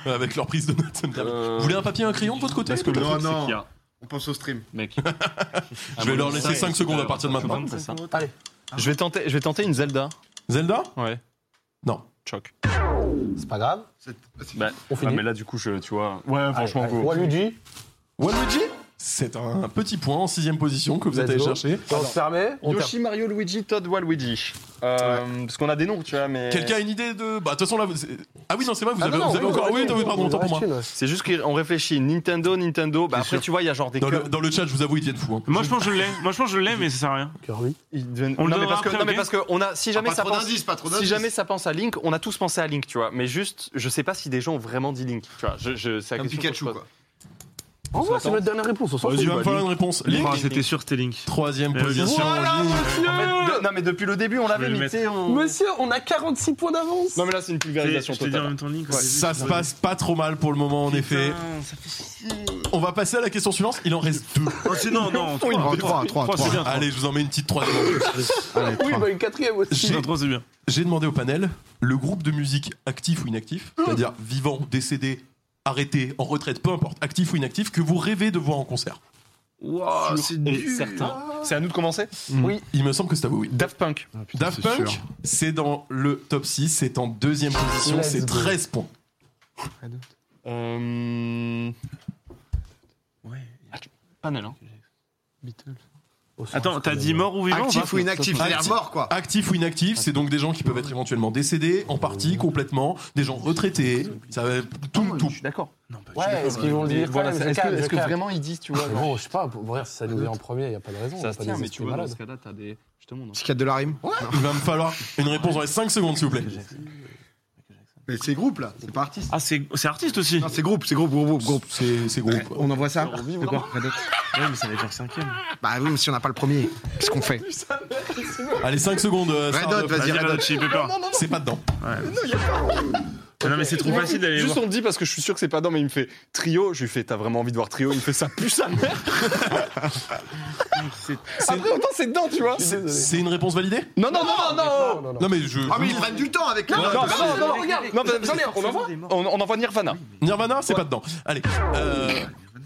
S1: euh, avec leur prise de notes. ça me permet.
S3: Euh,
S1: Vous voulez un papier et un crayon de votre côté
S3: Parce que le
S2: Non,
S3: truc, c'est hein
S2: non.
S3: qu'il y a.
S2: On pense au stream.
S3: Mec.
S1: Je vais leur laisser 5 secondes à partir de maintenant.
S3: C'est ça.
S4: Allez.
S3: Je vais tenter, je vais tenter une Zelda.
S1: Zelda
S3: Ouais.
S1: Non.
S3: Choc.
S4: C'est pas grave.
S2: C'est- c'est-
S3: Bah,
S4: On finit.
S3: mais là, du coup, je, tu vois. Ouais, franchement,
S4: Allez, allez.
S3: go.
S4: Waluigi,
S2: Ah,
S1: Waluigi C'est un petit point en sixième position que vous êtes
S4: Let's
S1: allé
S4: go.
S1: chercher.
S4: on se permet Ah, on
S3: Yoshi, Mario, Luigi, Todd, Waluigi. Euh, Parce qu'on a des noms, tu vois, mais.
S1: Quelqu'un a une idée de. Bah, de toute façon, là. vous- c'est- Ah oui, non, c'est vrai, vous
S3: Eh. Ah
S1: avez,
S3: non, non,
S1: vous avez
S3: oui,
S1: encore.
S4: termine.
S1: Oui, oui, pardon,
S4: On
S1: autant pour moi.
S4: rachine, ouais.
S3: C'est juste qu'on réfléchit. Nintendo, Nintendo. Bah
S5: C'est
S3: après,
S5: sûr.
S3: tu vois, il y a genre des.
S1: Dans le,
S3: clubs-
S1: dans le chat, je vous avoue, ils deviennent fous. hein.
S5: Moi je pense que je l'ai, moi je pense que je l'ai mais ça sert à rien.
S4: Kirby.
S3: ils deviennent-
S5: On le
S3: Non, mais
S5: donnera
S3: parce que,
S5: après,
S3: non, mais
S5: ok
S3: parce que on a, si jamais
S2: Ah, pas
S3: ça
S2: trop
S3: pense,
S2: d'indices, pas trop
S3: si
S2: d'indices.
S3: jamais ça pense à Link, on a tous pensé à Link, tu vois. Mais juste, je sais pas si des gens ont vraiment dit Link, tu vois. Je, je, c'est la
S2: Un
S3: question que je
S2: Pikachu,
S3: pose.
S2: quoi.
S4: En vrai, c'est notre dernière réponse. On s'en fout.
S3: bah,
S1: Tu vas me falloir une réponse. Link,
S5: Ah, C'était sûr, c'était Link.
S1: troisième
S5: Eh oui, bien
S1: position. Link.
S3: En fait, de- non, mais depuis le début, on l'avait
S5: vais le
S3: imité. On...
S4: Monsieur, on a 46 points d'avance.
S3: hein. Non, mais là, c'est une pulvérisation
S5: Je t'ai dit en
S3: totale.
S5: même temps Link.
S1: Ça se passe pas trop mal pour le moment, en effet. On va passer à la question suivante. Il en reste deux.
S5: Oh, c'est non, non.
S2: Trois,
S5: trois,
S2: trois, trois,
S5: trois,
S2: trois.
S5: c'est bien. trois.
S1: Allez, je vous en mets une petite troisième.
S2: Allez,
S4: Oui,
S2: trois.
S4: bah une quatrième aussi.
S1: J'ai-
S5: Non, trois, c'est bien.
S1: J'ai demandé au panel le groupe de musique actif ou inactif, c'est-à-dire vivant, décédé, arrêté, en retraite, peu importe, actif ou inactif, que vous rêvez de voir en concert.
S5: Waouh, c'est
S3: Et certain. C'est à nous de commencer
S4: Oui.
S1: Il me semble que c'est à vous, oui.
S3: Daft Punk.
S2: Ah, putain,
S1: Daft
S2: c'est sûr.
S1: Punk, c'est dans le top 6, c'est en deuxième position,
S4: Let's
S1: c'est
S4: go.
S1: 13 points.
S3: Euh...
S5: Ouais.
S3: Panel, hein.
S4: Oh,
S5: Attends, t'as dit mort ou vivant
S2: Actif
S5: Vincent
S2: ou inactif, c'est-à-dire
S1: Actif.
S2: mort quoi.
S1: Actif ou inactif, c'est donc des gens qui peuvent être éventuellement décédés, en partie, complètement, des gens retraités, ça va
S4: Ah,
S1: tout, tout.
S3: Je suis d'accord.
S5: Non, pas du tout.
S4: Ouais, est-ce qu'ils vont le
S3: Mais
S4: dire quand
S3: voilà,
S4: même,
S3: c'est-
S4: je
S3: Est-ce que,
S4: calme,
S3: est-ce
S4: je
S3: que
S4: calme.
S3: vraiment ils disent, tu vois
S4: Mais
S3: genre,
S4: Bon, je sais pas, pour voir si ça nous est en premier, y a pas de raison. on
S3: Ça
S4: a
S3: se
S4: pas
S3: tient,
S4: des
S3: mais tu
S4: esprits
S3: vois, dans
S4: malades.
S3: ce cas-là, t'as des. Je te montre. hein.
S2: Psychiatre de la rime.
S1: Il va me falloir une réponse dans les 5 secondes, s'il vous plaît.
S2: Mais c'est groupe là, c'est pas artiste.
S5: Ah, c'est c'est artiste aussi
S2: Non, c'est groupe, c'est groupe, groupe, groupe, groupe.
S1: C'est c'est groupe.
S2: On envoie ça
S3: vit,
S2: De quoi
S5: Ouais, mais ça va être leur cinquième.
S2: Bah oui, mais si on n'a pas le premier, qu'est-ce qu'on fait
S1: Allez, 5 secondes. euh,
S2: Red
S1: Sarah
S2: Hot,
S1: Duff.
S2: vas-y,
S5: Vas-y,
S2: Red Hot.
S5: Red Hot Chili Pepper.
S1: C'est pas dedans.
S5: Ouais. Non, mais c'est trop facile d'aller
S3: Juste
S5: voir.
S3: on le dit parce que je suis sûr que c'est pas dedans, mais il me fait trio. Je lui fais t'as vraiment envie de voir trio. Il me fait ça pue sa mère.
S1: C'est-
S3: Après autant c'est dedans, tu vois.
S1: C'est c'est une réponse validée
S3: Non non non non non.
S4: Oh, non, non.
S1: Non mais je.
S2: Ah mais ils prennent du temps avec la
S3: Non,
S2: note.
S3: non, non, non, regarde. Non, mais j'en ai un, on envoie. On, on envoie Nirvana.
S1: Nirvana, c'est pas dedans. Allez. euh,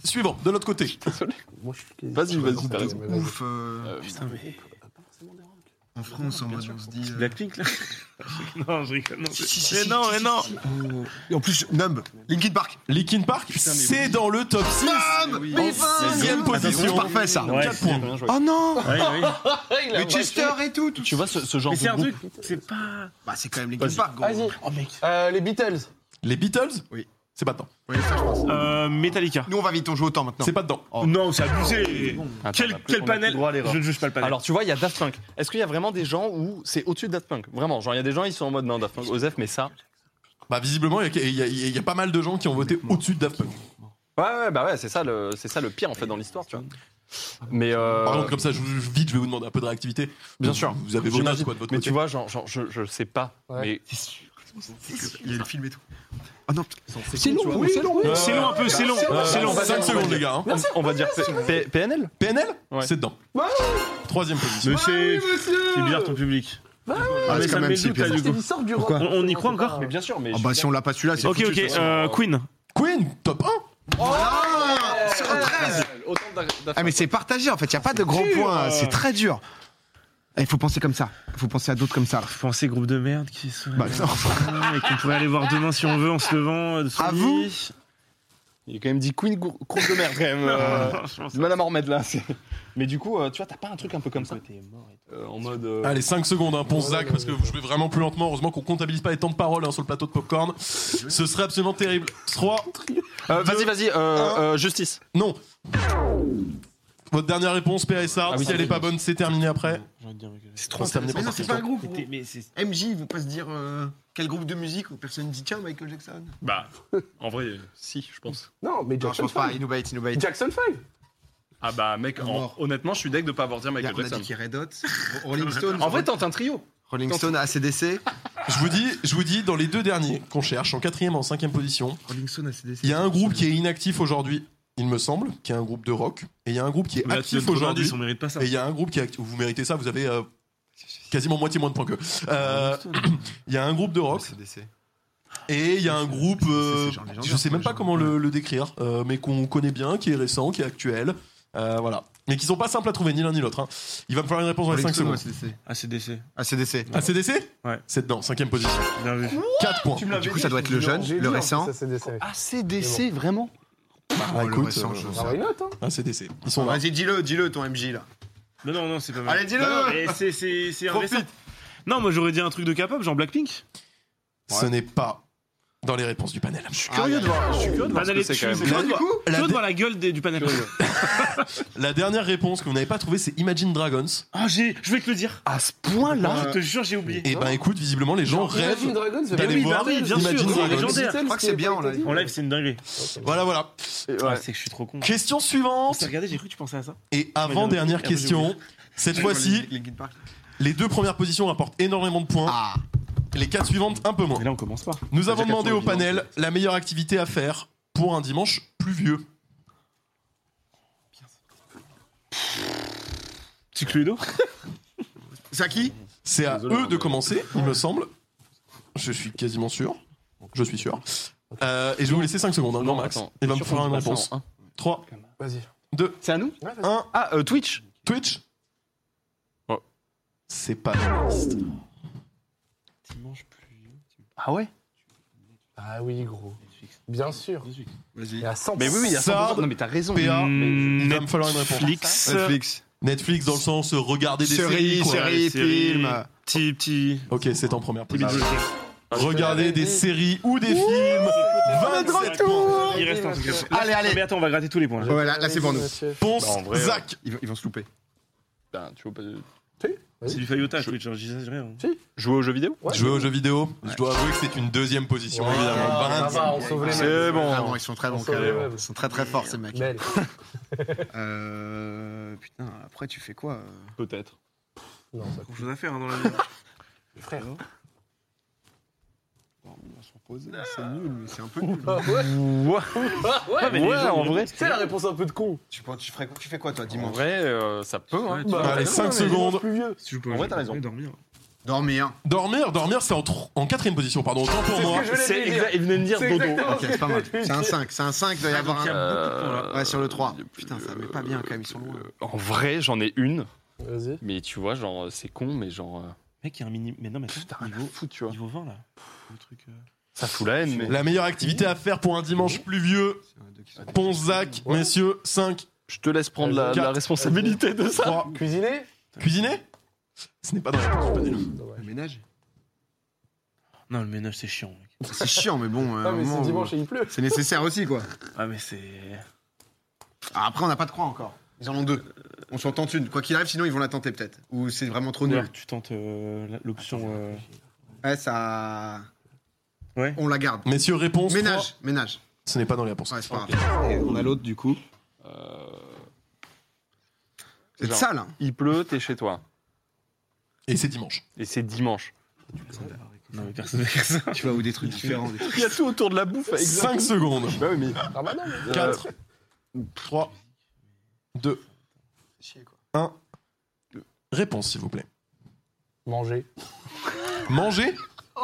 S1: Suivant, de l'autre côté.
S4: Moi, je suis-
S3: Vas-y, vas-y, t'as raison.
S4: Mais vas-y.
S2: Ouf, euh,
S5: Putain, mais.
S2: en France, on, va- on se dit. euh,
S5: Blackpink là Non, je rigole. Non,
S2: si, si, si,
S5: mais
S2: si,
S5: non,
S2: si,
S5: mais
S2: si,
S5: non
S2: si, si. Et En plus, Numb, Linkin Park.
S1: Linkin Park, c'est dans le top 6.
S2: Numb
S3: Mais
S1: Sixième
S2: Oh, C'est
S1: position.
S2: parfait ça.
S5: Ouais,
S1: Quatre points.
S3: Bien joué.
S2: Oh non Ah,
S5: Ouais, ouais.
S4: Il
S2: Mais
S4: a
S2: Chester et tout. tout.
S3: Tu vois ce, ce genre
S5: Mais c'est
S3: de
S5: un
S3: groupe.
S5: truc, c'est pas.
S2: Bah c'est quand même Linkin Park gros.
S4: Vas-y. Euh, les Beatles.
S1: Les Beatles
S2: Oui.
S1: C'est pas dedans.
S2: Oui, ça, je pense.
S5: Euh, Metallica.
S2: Nous on va vite, on joue au temps maintenant.
S1: C'est pas dedans.
S5: Oh, Non, c'est abusé.
S3: Attends, on a
S5: Quel,
S3: plus-
S5: quel
S3: on a plus
S5: panel
S3: le droit à l'erreur.
S5: Je ne juge pas le panel.
S3: Alors tu vois, il y a Daft Punk. Est-ce qu'il y a vraiment des gens où c'est au-dessus de Daft Punk Vraiment, genre il y a des gens ils sont en mode non Daft Punk, Osef, mais ça.
S1: Bah visiblement, il y, a- il y a- il y a- il y a pas mal de gens qui ont voté au-dessus de Daft Punk.
S3: Ouais ouais bah ouais, c'est ça le c'est ça le pire en fait dans l'histoire, tu vois. Mais euh,
S1: Par contre, comme ça, je, je- vite, je vais vous demander un peu de réactivité.
S3: Bien sûr.
S1: Vous avez vos
S3: j'imagine.
S1: notes quoi de votre
S3: Mais
S1: côté.
S3: tu vois, genre, genre, je, je sais pas.
S4: Ouais.
S3: Mais
S2: Il y a le film et tout. Oh non,
S4: C'est long, oui, c'est long. oui.
S1: Ouais.
S5: c'est long un peu, c'est long.
S1: Euh,
S5: c'est long.
S1: 5
S3: on
S1: secondes
S3: va
S1: les gars. hein.
S3: on, on va dire P- P- PNL
S1: PNL
S3: Ouais.
S1: C'est dedans.
S4: Bah
S1: Troisième position.
S5: Mais c'est c'est bizarre ton public.
S4: Bah
S2: Ah,
S5: mais
S2: c'est
S5: ça
S2: quand
S5: me
S2: même
S5: met
S2: si
S5: le doute, là,
S2: bizarre.
S5: du
S4: C'est
S5: coup.
S4: l'histoire du rock.
S2: Pourquoi
S5: On- on y
S4: C'est
S5: croit
S4: pas-
S5: encore
S3: Mais bien sûr, mais
S2: Ah bah si on l'a pas celui-là, c'est
S5: Ok,
S2: foutu,
S5: ok.
S2: de toute façon.
S5: euh, Queen.
S1: Queen, top 1
S2: Ah, sur 13.
S3: Autant d'ar- d'ar-
S2: Ah mais c'est partagé en fait, il y a pas de grands points, c'est très dur. Il faut penser comme ça, il faut penser à d'autres comme ça. là.
S5: Vous pensez groupe de merde qui sont
S2: Bah, non.
S5: et qu'on pourrait aller voir demain si on veut en se levant euh, de son
S2: À
S5: lit.
S2: vous
S3: Il a quand même dit Queen grou- groupe de merde quand même. euh,
S5: Euh, je pense-
S3: Madame Ormed là. c'est- Mais du coup, euh, tu vois, t'as pas un truc un peu comme ça Euh, En mode. euh,
S1: Allez, 5 secondes hein, pour Zach, parce que je vais vraiment plus lentement. Heureusement qu'on comptabilise pas les temps de parole hein, sur le plateau de popcorn. Ce serait absolument terrible. 3,
S3: euh, vas-y, vas-y, euh, euh, justice.
S1: non. Votre dernière réponse, PSA,
S3: Ah oui,
S1: si elle
S3: c'est
S1: est pas bonne, c'est terminé après.
S5: C'est
S1: trop terminé
S2: Mais non,
S1: par
S2: c'est
S1: cette
S2: pas un
S1: question.
S2: groupe.
S5: C'était- mais c'est-
S2: MJ, ils vont pas se dire euh, quel groupe de musique où personne dit tiens Michael Jackson.
S5: Bah, en vrai, si, je pense.
S4: Non, mais
S2: Non, je
S4: Jackson
S2: pense pas,
S4: 5.
S2: Inubait, Inubait.
S4: Jackson 5.
S5: Ah bah, mec, en-
S2: Mort.
S5: honnêtement, je suis deg de pas avoir dit
S2: On a
S5: Michael Jackson.
S2: dit qu'il y a Red Hot, Rolling Stone.
S3: En vrai, tente un trio.
S2: Rolling Stone, ACDC.
S1: Je vous dis, je vous dis, dans les deux derniers qu'on cherche, en quatrième et en cinquième position,
S2: Rolling Stone, ACDC.
S1: il y a un groupe qui est inactif aujourd'hui, il me semble, qui est un groupe de rock, et il y a un groupe qui est
S5: Mais là, tu donnes
S1: actif
S5: trop d'indices,
S1: aujourd'hui,
S5: on mérite pas ça.
S1: et il y a un groupe qui est actif. Vous méritez ça, vous avez euh, quasiment moitié moins de points que. Il y a un groupe de rock,
S2: ACDC.
S1: Et il y a un groupe, euh,
S2: C'est genre légendaire,
S1: je sais même
S2: quoi,
S1: pas
S2: genre.
S1: comment le, le décrire, euh, mais qu'on connaît bien, qui est récent, qui est actuel. Euh, voilà. Mais qui sont pas simples à trouver, ni l'un ni l'autre. hein. Il va me falloir une réponse dans les
S2: Rolling
S1: 5
S2: Stone,
S1: secondes.
S2: ACDC.
S5: Ah, ACDC.
S2: ACDC.
S1: ACDC
S5: Ouais.
S1: C'est dedans, cinquième position.
S5: Bien vu.
S1: 4 points.
S2: Du coup, ça doit être le jeune,
S4: J'ai
S2: le
S4: lu,
S2: récent.
S4: ça, c'est des séries.
S3: ACDC, vraiment
S1: Bah,
S2: Oh, le
S1: écoute,
S2: récent,
S1: euh,
S2: je
S4: Ah,
S2: sais.
S4: bah, une note, hein.
S1: ACDC. Ils sont là.
S2: Vas-y, dis-le, dis-le ton MJ là.
S5: Non, non, non, c'est pas mal.
S2: Allez, dis-le
S5: Non, non, mais c'est- C'est c'est un
S2: Profite.
S5: récent. Non, moi j'aurais dit un truc de capable, genre Blackpink.
S1: Ce n'est pas dans les réponses du panel.
S2: Ah,
S3: Curieux de voir. Je suis curieux de voir ce que
S5: Panel
S3: c'est
S5: dessus,
S3: quand même.
S5: c'est curieux de voir-
S1: La
S5: curieux de
S1: dé-
S5: voir la gueule des- du panel.
S1: La dernière réponse que vous n'avez pas trouvée, c'est Imagine Dragons.
S5: Ah, j'ai, je vais te le dire.
S3: À ce point-là.
S5: Je te jure, j'ai oublié.
S1: Et ben écoute, visiblement, les gens rêvent.
S4: Dragons, ça
S1: d'aller
S4: veut dire-
S1: voir
S4: oui,
S5: bien
S1: Imagine
S5: sûr, c'est
S1: Dragons.
S5: légendaire.
S2: Je crois que c'est bien, on l'a
S4: Euh,
S2: dit.
S5: En live, c'est une dinguerie.
S1: Voilà, voilà.
S5: Ah, c'est que je suis trop con.
S1: Question suivante.
S5: Regardez, j'ai cru que tu pensais à ça.
S1: Et avant-dernière question. Cette fois-ci,
S2: Linkin Park.
S1: les deux premières positions rapportent énormément de points.
S2: Ah,
S1: Les quatre suivantes, un peu moins.
S5: Mais là, on commence pas.
S1: Nous avons
S3: dire qu'elles
S1: demandé
S3: sont
S1: au
S3: évidentes,
S1: panel la meilleure activité à faire pour un dimanche pluvieux.
S5: Petit Cluedo
S2: c'est à qui
S1: C'est à
S3: Désolé,
S1: eux
S3: hein,
S1: de
S3: mais-
S1: commencer, il me semble. Je suis quasiment sûr. Je suis sûr. Euh, et je vais vous laisser 5 secondes, hein, grand max. Et va me faire une réponse. 3,
S4: Vas-y.
S1: 2,
S3: C'est à nous
S1: 1,
S3: Ah, euh, Twitch
S1: Twitch
S3: Ouais.
S1: C'est pas juste.
S3: Ah ouais
S4: Ah oui, gros. Bien sûr.
S2: Vas-y.
S4: Et à 100%.
S3: Mais oui, oui, il y a
S1: Ça,
S3: 100%. Non, mais t'as raison.
S1: PA,
S5: Hmm,
S1: il va me falloir une réponse.
S5: Netflix.
S2: Netflix.
S1: Netflix dans le sens euh, regarder des séries.
S2: Séries,
S1: quoi.
S2: séries,
S5: séries.
S2: films.
S5: Petit, petit.
S1: Ok, c'est en première
S5: petit
S1: position.
S5: bibliothèque.
S1: Regarder des séries ou des films.
S5: On est de
S1: 27 points.
S5: Il reste un truc. Là,
S2: Allez, allez.
S5: Mais attends, on va gratter tous les points. là.
S2: Ouais, là, là, c'est pour nous.
S4: Monsieur.
S1: Ponce,
S3: Bah, en vrai,
S1: Zach.
S2: Ils vont- ils vont se louper.
S3: Putain, Ben, tu vois pas de-
S5: C'est du faillotage, Twitch. hein, Je dis ça, c'est rien.
S3: Jouer aux jeux vidéo
S4: Ouais.
S1: Jouer aux jeux vidéo, je dois avouer que c'est une deuxième position,
S4: Ouais,
S1: évidemment.
S4: ça
S1: 25.
S4: va, on sauve les mecs.
S3: C'est
S2: Ah
S3: bon.
S2: bon, ils sont très bons.
S4: On sauve
S2: quand
S4: les
S2: même.
S4: meubles.
S2: Ils sont très très forts ces mecs.
S4: Belle.
S2: Euh, putain, après tu fais quoi euh
S3: Peut-être.
S4: Non, ça-
S5: Grand chose à faire hein, dans la vie.
S4: frère.
S2: Bon, On va se reposer, là, c'est nul, mais c'est un peu nul.
S4: Ah ouais,
S3: Ouais,
S4: ah ouais,
S5: mais
S4: mais
S5: les
S3: ouais,
S5: gens,
S3: en
S5: ils-
S3: vrai.
S4: c'est la réponse un peu de con.
S2: tu, penses- tu ferais- tu fais quoi toi,
S3: En
S2: dimanche
S3: vrai, euh, ça peut. Hein.
S5: Ouais, tu-
S1: Allez,
S4: non,
S1: 5
S4: mais
S1: secondes.
S4: Bah, plus vieux.
S5: Si je peux
S3: En vrai, t'as raison.
S5: dormir.
S2: Dormir.
S1: Dormir, dormir, c'est en, tro- en quatrième position, pardon, autant pour
S4: C'est ce
S1: moi.
S4: que je voulais
S3: hein. C'est
S4: dire.
S3: exact- Il venait de dire
S4: C'est
S3: dodo.
S4: exactement
S2: Ok, c'est pas mal. C'est un 5, c'est un 5, il doit y avoir un.
S3: Euh,
S2: Ouais, sur le 3.
S3: euh,
S2: Putain, ça met pas bien quand même, ils sont loin.
S3: euh, En vrai, j'en ai une,
S4: Vas-y.
S3: mais tu vois, genre, c'est con, mais genre. euh,
S5: Mec, il y a un mini. Mais non, mais
S3: Putain,
S5: attends,
S3: rien à
S5: niveau,
S3: foutre, tu vois.
S5: niveau 20 là. Le truc. euh,
S3: Ça fout la haine, mais.
S1: La meilleure activité à faire pour un dimanche pluvieux, Ponce, Zach,
S4: Ouais.
S1: messieurs, 5,
S3: Je te laisse prendre la,
S1: Quatre.
S3: la responsabilité de ça.
S1: 3.
S4: Cuisiner
S1: Cuisiner Ce n'est pas dans la réponse du panel.
S4: Dommage.
S2: Le ménage
S5: Non, le ménage, c'est chiant, mec.
S2: C'est chiant, mais bon. à un
S4: Ah, mais
S2: moment
S4: c'est
S2: où-
S4: dimanche et il pleut.
S2: C'est nécessaire aussi, quoi.
S5: Ah, mais c'est.
S2: Ah, après, on n'a pas de croix encore. Ils en ont deux. On s'en tente une. Quoi qu'il arrive, sinon ils vont la tenter peut-être. Ou c'est vraiment trop
S5: Ou
S2: nul.
S5: alors tu tentes euh, la- l'option. euh,
S2: Ouais, ça.
S5: Ouais.
S2: On la garde.
S1: Messieurs, réponse.
S2: Ménage, ménage.
S1: trois. Ce n'est pas dans les réponses.
S2: Ouais, c'est pas grave. Et on a l'autre du coup. C'est
S3: Genre.
S2: ça là.
S3: Euh, Il pleut, t'es chez toi.
S1: Et c'est dimanche.
S3: Et c'est dimanche.
S5: Non, mais personne ne fait ça.
S2: Tu vois, ou des trucs différents. des trucs-
S3: Il y a tout autour de la bouffe.
S1: 5 secondes.
S3: Bah oui, mais.
S4: Ah bah non, mais-
S1: 4, 3, 2,
S2: Chier, quoi.
S1: réponse, s'il vous plaît.
S4: Manger.
S1: Manger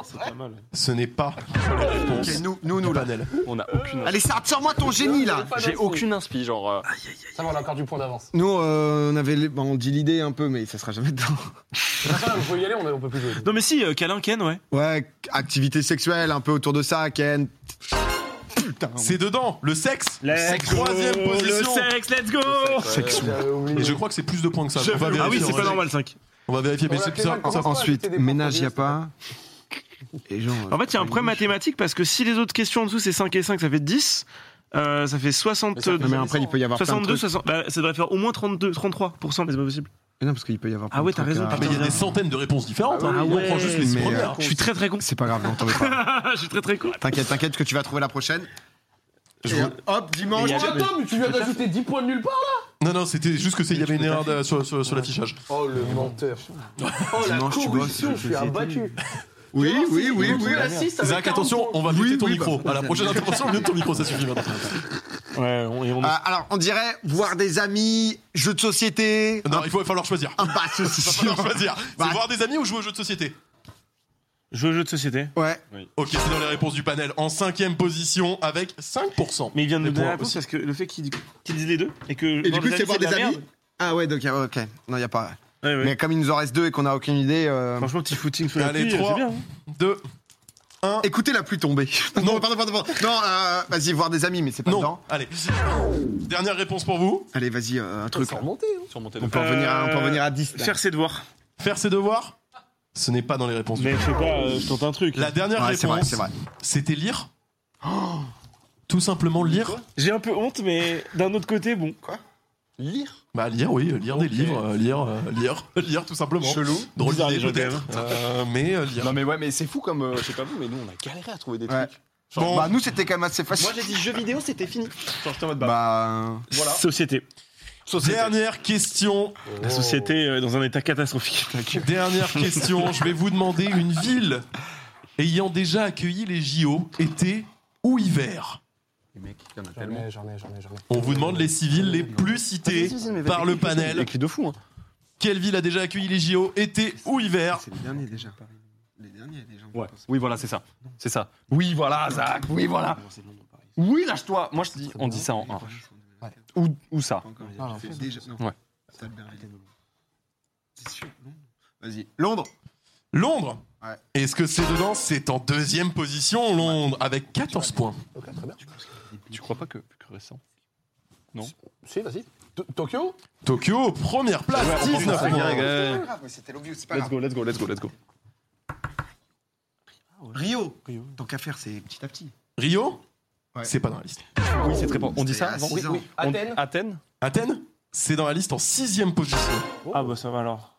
S5: C'est pas mal.
S1: Ce n'est pas dans les réponses
S2: Ok, nous, nous, nous
S1: du
S2: là.
S1: panel.
S3: On a aucune.
S2: Allez, Sartre, sors-moi ton génie là.
S4: Pas
S3: J'ai
S4: d'inspi.
S3: aucune inspi, genre. euh,
S4: Ça va, on a encore du point d'avance.
S2: Nous, euh, on avait, bon, on dit l'idée un peu, mais ça sera jamais dedans.
S4: Il faut y aller, Ah, on, est- on peut plus jouer.
S5: Non, mais si, euh, Câlin Ken, ouais.
S2: Ouais, activité sexuelle, un peu autour de ça, Ken. Putain.
S1: C'est dedans, le sexe Troisième position
S5: Le sexe, let's go
S4: J'avais oublié.
S1: Et je crois que c'est plus de points que ça. On va
S5: Ah oui,
S1: vérifier,
S5: c'est
S1: on
S5: pas
S1: va-
S5: normal 5.
S1: On va vérifier, mais
S4: On
S1: c'est
S4: l'appelle
S1: ça.
S4: Malcolm.
S1: ça-
S2: Ensuite,
S4: C'était des
S2: ménage,
S4: points
S2: y a
S4: premiers,
S2: pas. euh, Et genre.
S5: En fait, il y a un problème mathématique parce que si les autres questions en dessous c'est 5 et 5, ça fait 10. euh, ça fait 62.
S2: Non, mais après, il peut y avoir plein de
S5: 62,
S2: trucs.
S5: 60. Bah, ça devrait faire au moins 32, 33%, mais c'est pas possible.
S2: Mais non, parce qu'il peut y avoir. plein
S5: Ah ouais,
S2: de
S5: t'as
S2: trucs,
S5: raison,
S2: là.
S1: Mais il y a des centaines de réponses différentes. hein.
S5: Ah
S1: Nous, On prend
S5: ouais,
S1: juste les six
S2: mais,
S1: premières.
S2: euh,
S5: Je suis très très con.
S2: C'est pas grave, n'en t'en veux pas.
S5: je suis très très con.
S2: T'inquiète, t'inquiète, parce que tu vas trouver la prochaine.
S1: Je
S2: Et
S1: vous-
S2: Hop, dimanche.
S5: Mais il y a-
S4: Attends, mais tu viens d'ajouter 10 points de nulle part
S1: Non, non, c'était juste que c'est- il y avait une erreur de- sur, sur- sur l'affichage.
S4: Oh le menteur. Oh la
S2: Dimanche, tu
S4: corruption,
S2: bosses,
S4: je suis abattu.
S2: Oui, oui, oui, oui.
S1: Zach, attention, on va
S2: Oui,
S1: muter ton
S2: oui,
S1: micro.
S2: bah-
S1: À la prochaine intervention, on mute ton micro, ça suffit maintenant.
S5: Ouais, on, et on
S2: Euh, alors, on dirait voir des amis, jeux de société.
S1: Non, il faut il va falloir choisir.
S2: Ah, bah, ceci-
S1: Il va falloir choisir.
S2: Bah.
S1: C'est voir des amis ou jouer aux jeux de société
S5: joue au jeu de société.
S2: Ouais.
S1: Ok, c'est dans les réponses du panel. En cinquième position avec 5%.
S5: Mais il vient de
S1: Des
S5: nous donner la
S1: points
S5: réponse
S1: aussi.
S5: parce que le fait qu'il qu'il dise les deux et que.
S2: Et du coup, c'est voir
S5: de
S2: des
S5: la
S2: amis.
S5: merde.
S2: Ah ouais, donc, ah ouais, ok. Non, y a pas.
S5: Ouais, ouais.
S2: Mais comme il nous en reste deux et qu'on a aucune idée. euh,
S5: Franchement, petit footing sous la
S1: Allez,
S5: pluie,
S1: trois.
S5: c'est bien. hein.
S1: 2,
S2: Écoutez la pluie tomber. Non, Ah, pardon, pardon, pardon. Non, euh, vas-y, voir des amis, mais c'est pas
S1: non.
S2: dedans.
S1: Allez. Dernière réponse pour vous.
S2: Allez, vas-y, euh, un truc.
S4: C'est remonté. hein.
S3: Sur mon
S2: On
S3: téléphone.
S2: peut, revenir à, on peut revenir à 10. là.
S5: Faire ses devoirs.
S1: Faire ses devoirs Ce n'est pas dans les réponses.
S5: Mais je sais pas, euh, je tente un truc.
S1: La dernière
S2: Ouais, c'est vrai,
S1: réponse,
S2: c'est vrai.
S1: c'était lire. Tout simplement lire.
S5: J'ai un peu honte, mais d'un autre côté, bon.
S3: Lire
S1: Bah lire, oui, lire des livres, euh, lire, euh, lire, lire tout simplement.
S3: Chelou.
S1: Drôle
S5: Bizarre,
S1: d'idée
S5: les gens,
S1: peut-être, euh, mais euh, lire.
S3: Non, mais ouais, mais c'est fou comme. euh, je sais pas vous, mais nous, on a galéré à trouver des
S2: Ouais.
S3: trucs.
S2: Bon, bah, nous, c'était quand même assez facile.
S3: Moi, j'ai dit jeux vidéo, c'était fini. Genre, j'étais en mode bah.
S2: Bah.
S3: Voilà.
S5: Société.
S1: Dernière question,
S2: Oh.
S5: La société euh, est dans un état catastrophique.
S1: dernière question. Je vais vous demander une ville ayant déjà accueilli les JO, été ou hiver.
S2: Les mecs, il y en a
S4: J'en ai, j'en ai, j'en ai, j'en ai.
S1: On vous demande les civils les plus cités par le panel.
S3: Écrit de fou, hein.
S1: Quelle ville a déjà accueilli les JO, été ou hiver
S2: C'est les derniers déjà. Les derniers déjà.
S3: Ouais. Oui, voilà, c'est ça. C'est ça. Oui, voilà, Zach. Oui, voilà.
S2: C'est Londres, Paris.
S3: Oui, lâche-toi. Moi, je dis, on dit ça en
S2: Ah.
S3: 1. Ou, ou ça.
S2: Non, non, c'est déjà. Non.
S3: Ouais.
S2: C'est Berlin. C'est sûr, non Vas-y. Londres
S1: Londres
S2: Ouais.
S1: Est-ce que c'est dedans C'est en deuxième position, Londres, avec 14 points.
S4: Ok, très bien.
S3: Tu crois pas que plus que récent
S4: Si, vas-y. To- Tokyo
S1: Tokyo, première place, 19 points.
S2: C'est pas grave, mais C'était l'obvious, c'est pas
S3: Let's
S2: grave.
S3: go, let's go, let's go, let's go.
S2: Rio Tant qu'à faire, c'est petit à petit.
S1: Rio
S2: Ouais.
S1: C'est pas dans la liste.
S3: Oui, c'est très bon. On dit
S2: C'était
S3: ça
S2: à
S3: avant
S2: six ans.
S3: On-
S4: Athènes
S3: Athènes
S1: Athènes C'est dans la liste en sixième position.
S5: Ah bah ça va alors.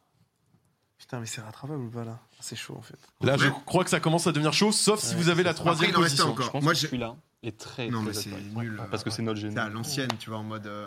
S5: Putain, mais c'est rattrapable ou pas là C'est chaud en fait.
S1: Là, je crois que ça commence à devenir chaud, sauf si vous avez la
S2: Après,
S1: troisième
S2: il en restait
S1: position.
S3: Je
S2: encore.
S3: pense
S2: Moi,
S3: que
S2: j'ai-
S3: celui-là est très.
S2: Non,
S3: très
S2: mais c'est
S3: attrapé.
S2: nul.
S3: Parce que c'est notre
S2: C'est à
S3: génie.
S2: l'ancienne, tu vois, en mode. euh,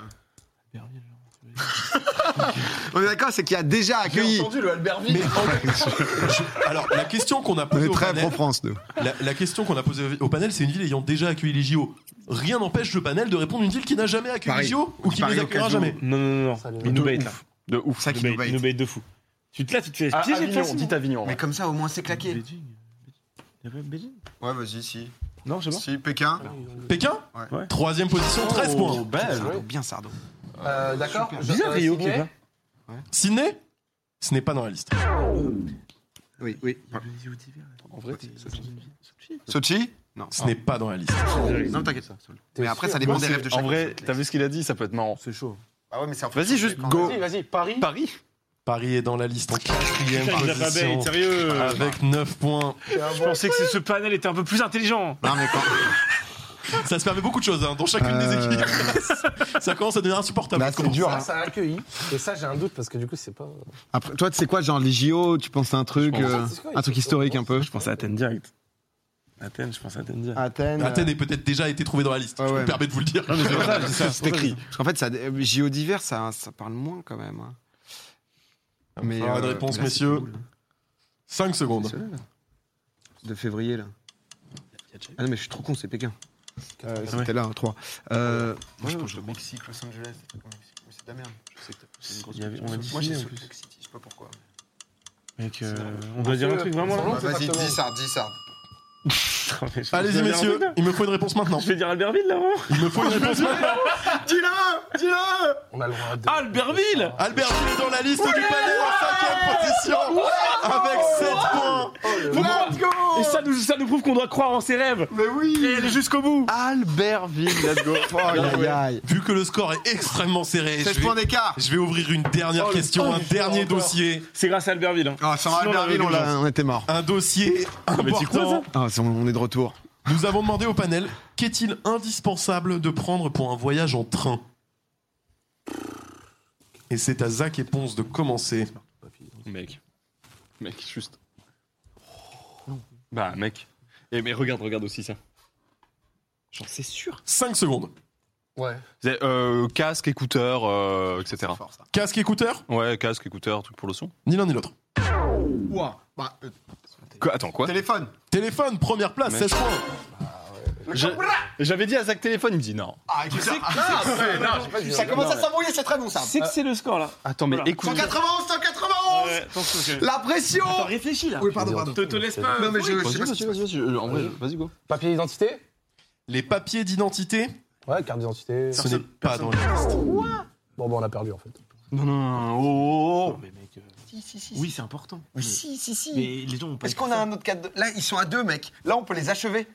S2: On est d'accord, c'est qu'il a déjà accueilli.
S3: le Albertville.
S1: Mais en- je- alors, la question qu'on a
S2: On
S1: posée
S2: est
S1: au
S2: très
S1: panel,
S2: pro-France, nous.
S1: la, la question qu'on a posée au panel, c'est une ville ayant déjà accueilli les JO. Rien n'empêche le panel de répondre une ville qui n'a jamais accueilli
S2: Paris.
S1: les JO ou qui
S2: Paris
S1: les
S2: au
S1: accueillera
S2: cas où.
S1: jamais.
S5: Non, non, non,
S4: Ça, les
S5: non. Il nous
S4: gens.
S5: bête là.
S3: De ouf.
S2: Ça
S5: Il
S2: qui
S5: nous
S2: nous
S5: bait,
S2: bait.
S5: il nous bait de fou. Tu te là, tu te fais
S3: Ah,
S5: piéger
S3: Avignon, on
S5: facilement.
S3: dit Avignon.
S2: Mais
S3: ouais.
S2: comme ça, au moins, c'est claqué.
S5: Beijing. Il y avait Beijing
S2: Ouais, vas-y, si.
S5: Non, c'est bon.
S2: Si, Pékin.
S1: Pékin
S5: Ouais. Oh,
S1: Troisième position, 13 points.
S3: belle.
S2: Sardo, bien Sardo.
S4: Euh, D'accord.
S2: Super.
S4: je-
S5: Bizarre
S4: euh,
S5: Rio qui
S4: Sydney
S5: est là.
S1: Sydney Ce n'est pas dans la liste.
S2: Oui, oui.
S3: En vrai, c'est-
S2: Sochi
S5: Ah.
S1: Ce n'est pas dans la liste.
S2: Non, t'inquiète. ça.
S4: T'es
S2: Mais après,
S4: sûr
S2: ça dépend
S3: Moi,
S2: des rêves de
S3: c'est- En
S2: chacun.
S3: vrai, t'as vu ce qu'il a dit, ça peut être marrant.
S5: C'est chaud.
S2: Ah ouais, mais c'est en
S3: Vas-y, juste go.
S4: Vas-y, vas-y, Paris.
S3: Paris
S1: Paris est dans la liste en quatrième
S5: Putain, il a pas bête,
S1: position.
S5: Ah, sérieux.
S1: Avec 9 points.
S5: Ah, Je pensais que ce panel était un peu plus intelligent.
S2: Non, mais quand.
S1: Ça se permet beaucoup de choses hein, dans chacune des équipes. ça commence à devenir insupportable.
S2: Là, Euh. c'est dur.
S4: Ça,
S2: hein.
S4: ça a accueilli. Et ça, j'ai un doute parce que du coup, c'est pas. Ah,
S2: Après, toi, tu sais quoi, genre les JO, tu penses à un truc,
S3: Je pense
S2: euh,
S4: à Cisco,
S2: un truc historique un peu.
S5: Je pensais à Athènes direct. Athènes, je pensais à Athènes direct.
S2: Athènes.
S1: Athènes est peut-être déjà été trouvée dans la liste.
S2: hein. Ouais,
S1: je me
S2: ouais.
S1: permets de vous le dire.
S3: C'est écrit.
S2: Parce qu'en fait, ça, euh, JO d'hiver, ça, ça parle moins quand même. hein. Ah, Mais, euh, bah,
S1: Pas de réponse, messieurs. 5
S2: C'est
S1: secondes.
S2: celui-là, là. De février, là. Ah non, mais je suis trop con, c'est Pékin. Euh, C'était là, 3. Euh, moi, je pense le Mexique, Los Angeles. C'est de la merde.
S5: Il y avait- on a dit
S2: Moi, j'ai
S5: Sydney, en
S2: Salt
S5: plus.
S2: Lake City, je sais pas pourquoi.
S5: Mec, euh, on doit dire un truc vraiment là.
S4: Bah, vas-y,
S2: Vas-y,
S4: dis
S2: 10 ça, 10 ça.
S1: Allez-y, messieurs. Il me faut une réponse maintenant.
S5: Je vais dire Albertville là, vraiment
S1: Il me faut une réponse maintenant.
S2: Dis-le Dis-le
S4: On a le droit de.
S5: Albertville
S1: Albert Gilles est dans la liste du panel en 5 position. Avec 7 points.
S4: Oh,
S2: Let's go
S5: Et ça nous, ça nous prouve qu'on doit croire en ses rêves
S2: Mais oui
S5: Et aller jusqu'au bout
S2: Albertville, let's go Aïe, aïe, aïe
S1: Vu que le score est extrêmement serré, je
S2: 16 points
S1: vais,
S2: d'écart
S1: je vais ouvrir une dernière
S5: Oh, le
S1: question,
S5: temps
S1: un
S5: du score
S1: dernier
S5: encore.
S1: dossier.
S5: C'est grâce à Albertville. Hein.
S2: Ah, sans
S5: Sinon, on
S2: Albertville,
S5: aurait
S2: on,
S5: eu
S2: l'a- on était mort.
S1: Un dossier
S5: mais tu hein crois, ça
S1: important.
S2: Ah, c'est- on est de retour.
S1: Nous avons demandé au panel qu'est-il indispensable de prendre pour un voyage en train Et c'est à Zach et Ponce de commencer.
S3: Mec. Mec, juste. Bah, mec. Et mais regarde, regarde aussi ça. Genre, c'est sûr.
S1: 5 secondes.
S4: Ouais.
S3: Euh, casque, écouteur, euh, etc.
S2: Fort, ça.
S1: Casque, écouteur
S3: Ouais, casque, écouteur, truc pour le son.
S1: Ni l'un ni l'autre.
S2: Ouah. Bah, euh,
S3: Quoi, attends, quoi
S2: téléphone
S1: Téléphone, première place,
S3: Mais-
S1: 16 points.
S3: Je- J'avais dit à Zach téléphone, il me dit non.
S2: Ah, tu sais Ça commence à s'embrouiller, c'est très bon, ça.
S5: C'est que c'est le score là.
S3: Attends, mais
S5: Voilà.
S3: écoute.
S2: 191, 191 La pression
S5: Attends, Oh, réfléchis là.
S2: Oui, pardon, pardon.
S5: Te, te laisse pas.
S2: Non, mais je, je
S3: Vas-y,
S2: sais pas si
S3: vas-y, vas-y, vas-y, euh, en vrai, vas-y, go.
S4: Papier d'identité
S1: Les papiers d'identité,
S4: Ouais, carte d'identité.
S1: ce n'est pas dans la liste.
S4: Bon, bah, on a perdu en fait.
S5: Non, non, non, oh, oh, oh.
S2: Si, si, si.
S5: Oui, c'est important.
S2: Mais si, si, si.
S5: Mais les gens ont pas.
S2: Est-ce qu'on a un autre cadre de- Là, ils sont à deux, mec. Là, on peut les achever.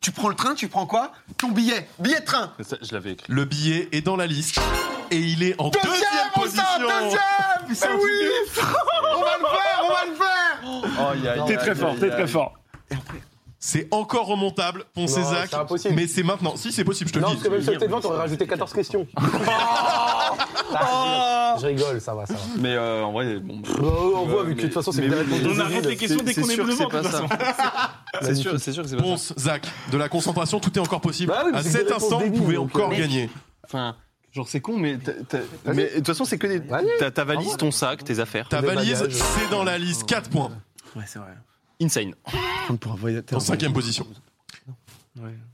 S2: Tu prends le train, tu prends quoi Ton billet. Billet de train.
S3: Ça, je l'avais écrit.
S1: Le billet est dans la liste. Et il est en deuxième,
S2: Deuxième, Ben Moussa,
S1: position.
S2: Deuxième Mais oui On va le faire, on va le faire
S3: T'es
S6: Oh,
S5: T'es très fort, t'es très fort.
S1: C'est encore remontable,
S4: Non,
S1: Poncézac.
S4: c'est impossible.
S1: mais c'est maintenant. Si, c'est possible, je te
S4: Non,
S1: le
S4: parce que
S1: dis.
S4: même si t'étais devant, t'aurais rajouté 14 questions. Ah, Je rigole, ça va, ça va.
S3: Mais euh, en vrai, bon.
S4: Bah, on voit, vu que de toute façon, c'est que des réponses
S5: On arrête les questions dès qu'on est devant, de toute façon.
S3: C'est sûr, c'est sûr que c'est pas ça.
S1: Poncézac, de la concentration, tout est encore possible.
S4: Bah oui, mais
S1: à
S4: c'est
S1: cet
S4: des réponses
S1: instant, vous
S4: débiles,
S1: pouvez
S4: donc,
S1: encore
S4: euh,
S1: gagner.
S3: Enfin, genre c'est con, mais t'as- t'as-
S4: Vas-y.
S3: mais de toute façon c'est que des.
S4: Vas-y.
S3: t'as Ta valise, ton sac, tes affaires.
S1: Ta
S4: des
S1: valise,
S4: bagages.
S1: c'est dans la liste. 4 points.
S5: Ouais, c'est vrai.
S3: Insane.
S2: Pour un voyage.
S1: En cinquième position.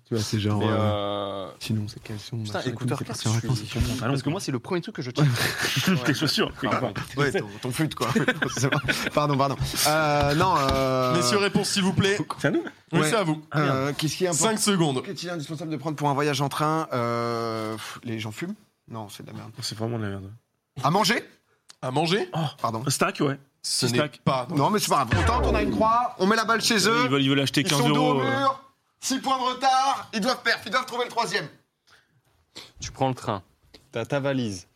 S2: Tu vois, c'est genre.
S3: Mais,
S2: euh,
S3: euh,
S2: Sinon, c'est quel son
S3: Putain,
S2: machin et tout,
S3: écouteur
S2: c'est
S3: casque,
S2: parti en
S3: je
S2: vacances.
S3: suis- Parce que moi c'est le premier truc que je tiens.
S5: Tes chaussures.
S2: Ouais, ton, ton flûte, quoi. pardon, pardon. Euh, non, euh.
S1: Messieurs, réponse, s'il vous plaît.
S5: C'est à nous
S1: Oui,
S2: Ouais.
S1: c'est à vous.
S2: euh, Qu'est-ce qui est important
S1: 5 secondes.
S2: Qu'est-il indispensable de prendre pour un voyage en train Euh, pff, Les gens fument Non, c'est de la merde.
S5: C'est vraiment de la merde.
S2: À manger
S1: À manger
S2: Pardon.
S5: Stack, ouais.
S1: Ce
S5: Six
S1: n'est
S5: packs.
S1: pas.
S2: Non, mais c'est pas grave. Autant qu'on a une croix, on met la balle chez eux.
S5: Ils veulent, ils veulent acheter
S2: Ils sont
S5: 15
S2: dos au
S5: euros. euh,
S2: mur. 6 points de retard. Ils doivent perdre. Ils doivent trouver le troisième.
S3: Tu prends le train, t'as ta valise,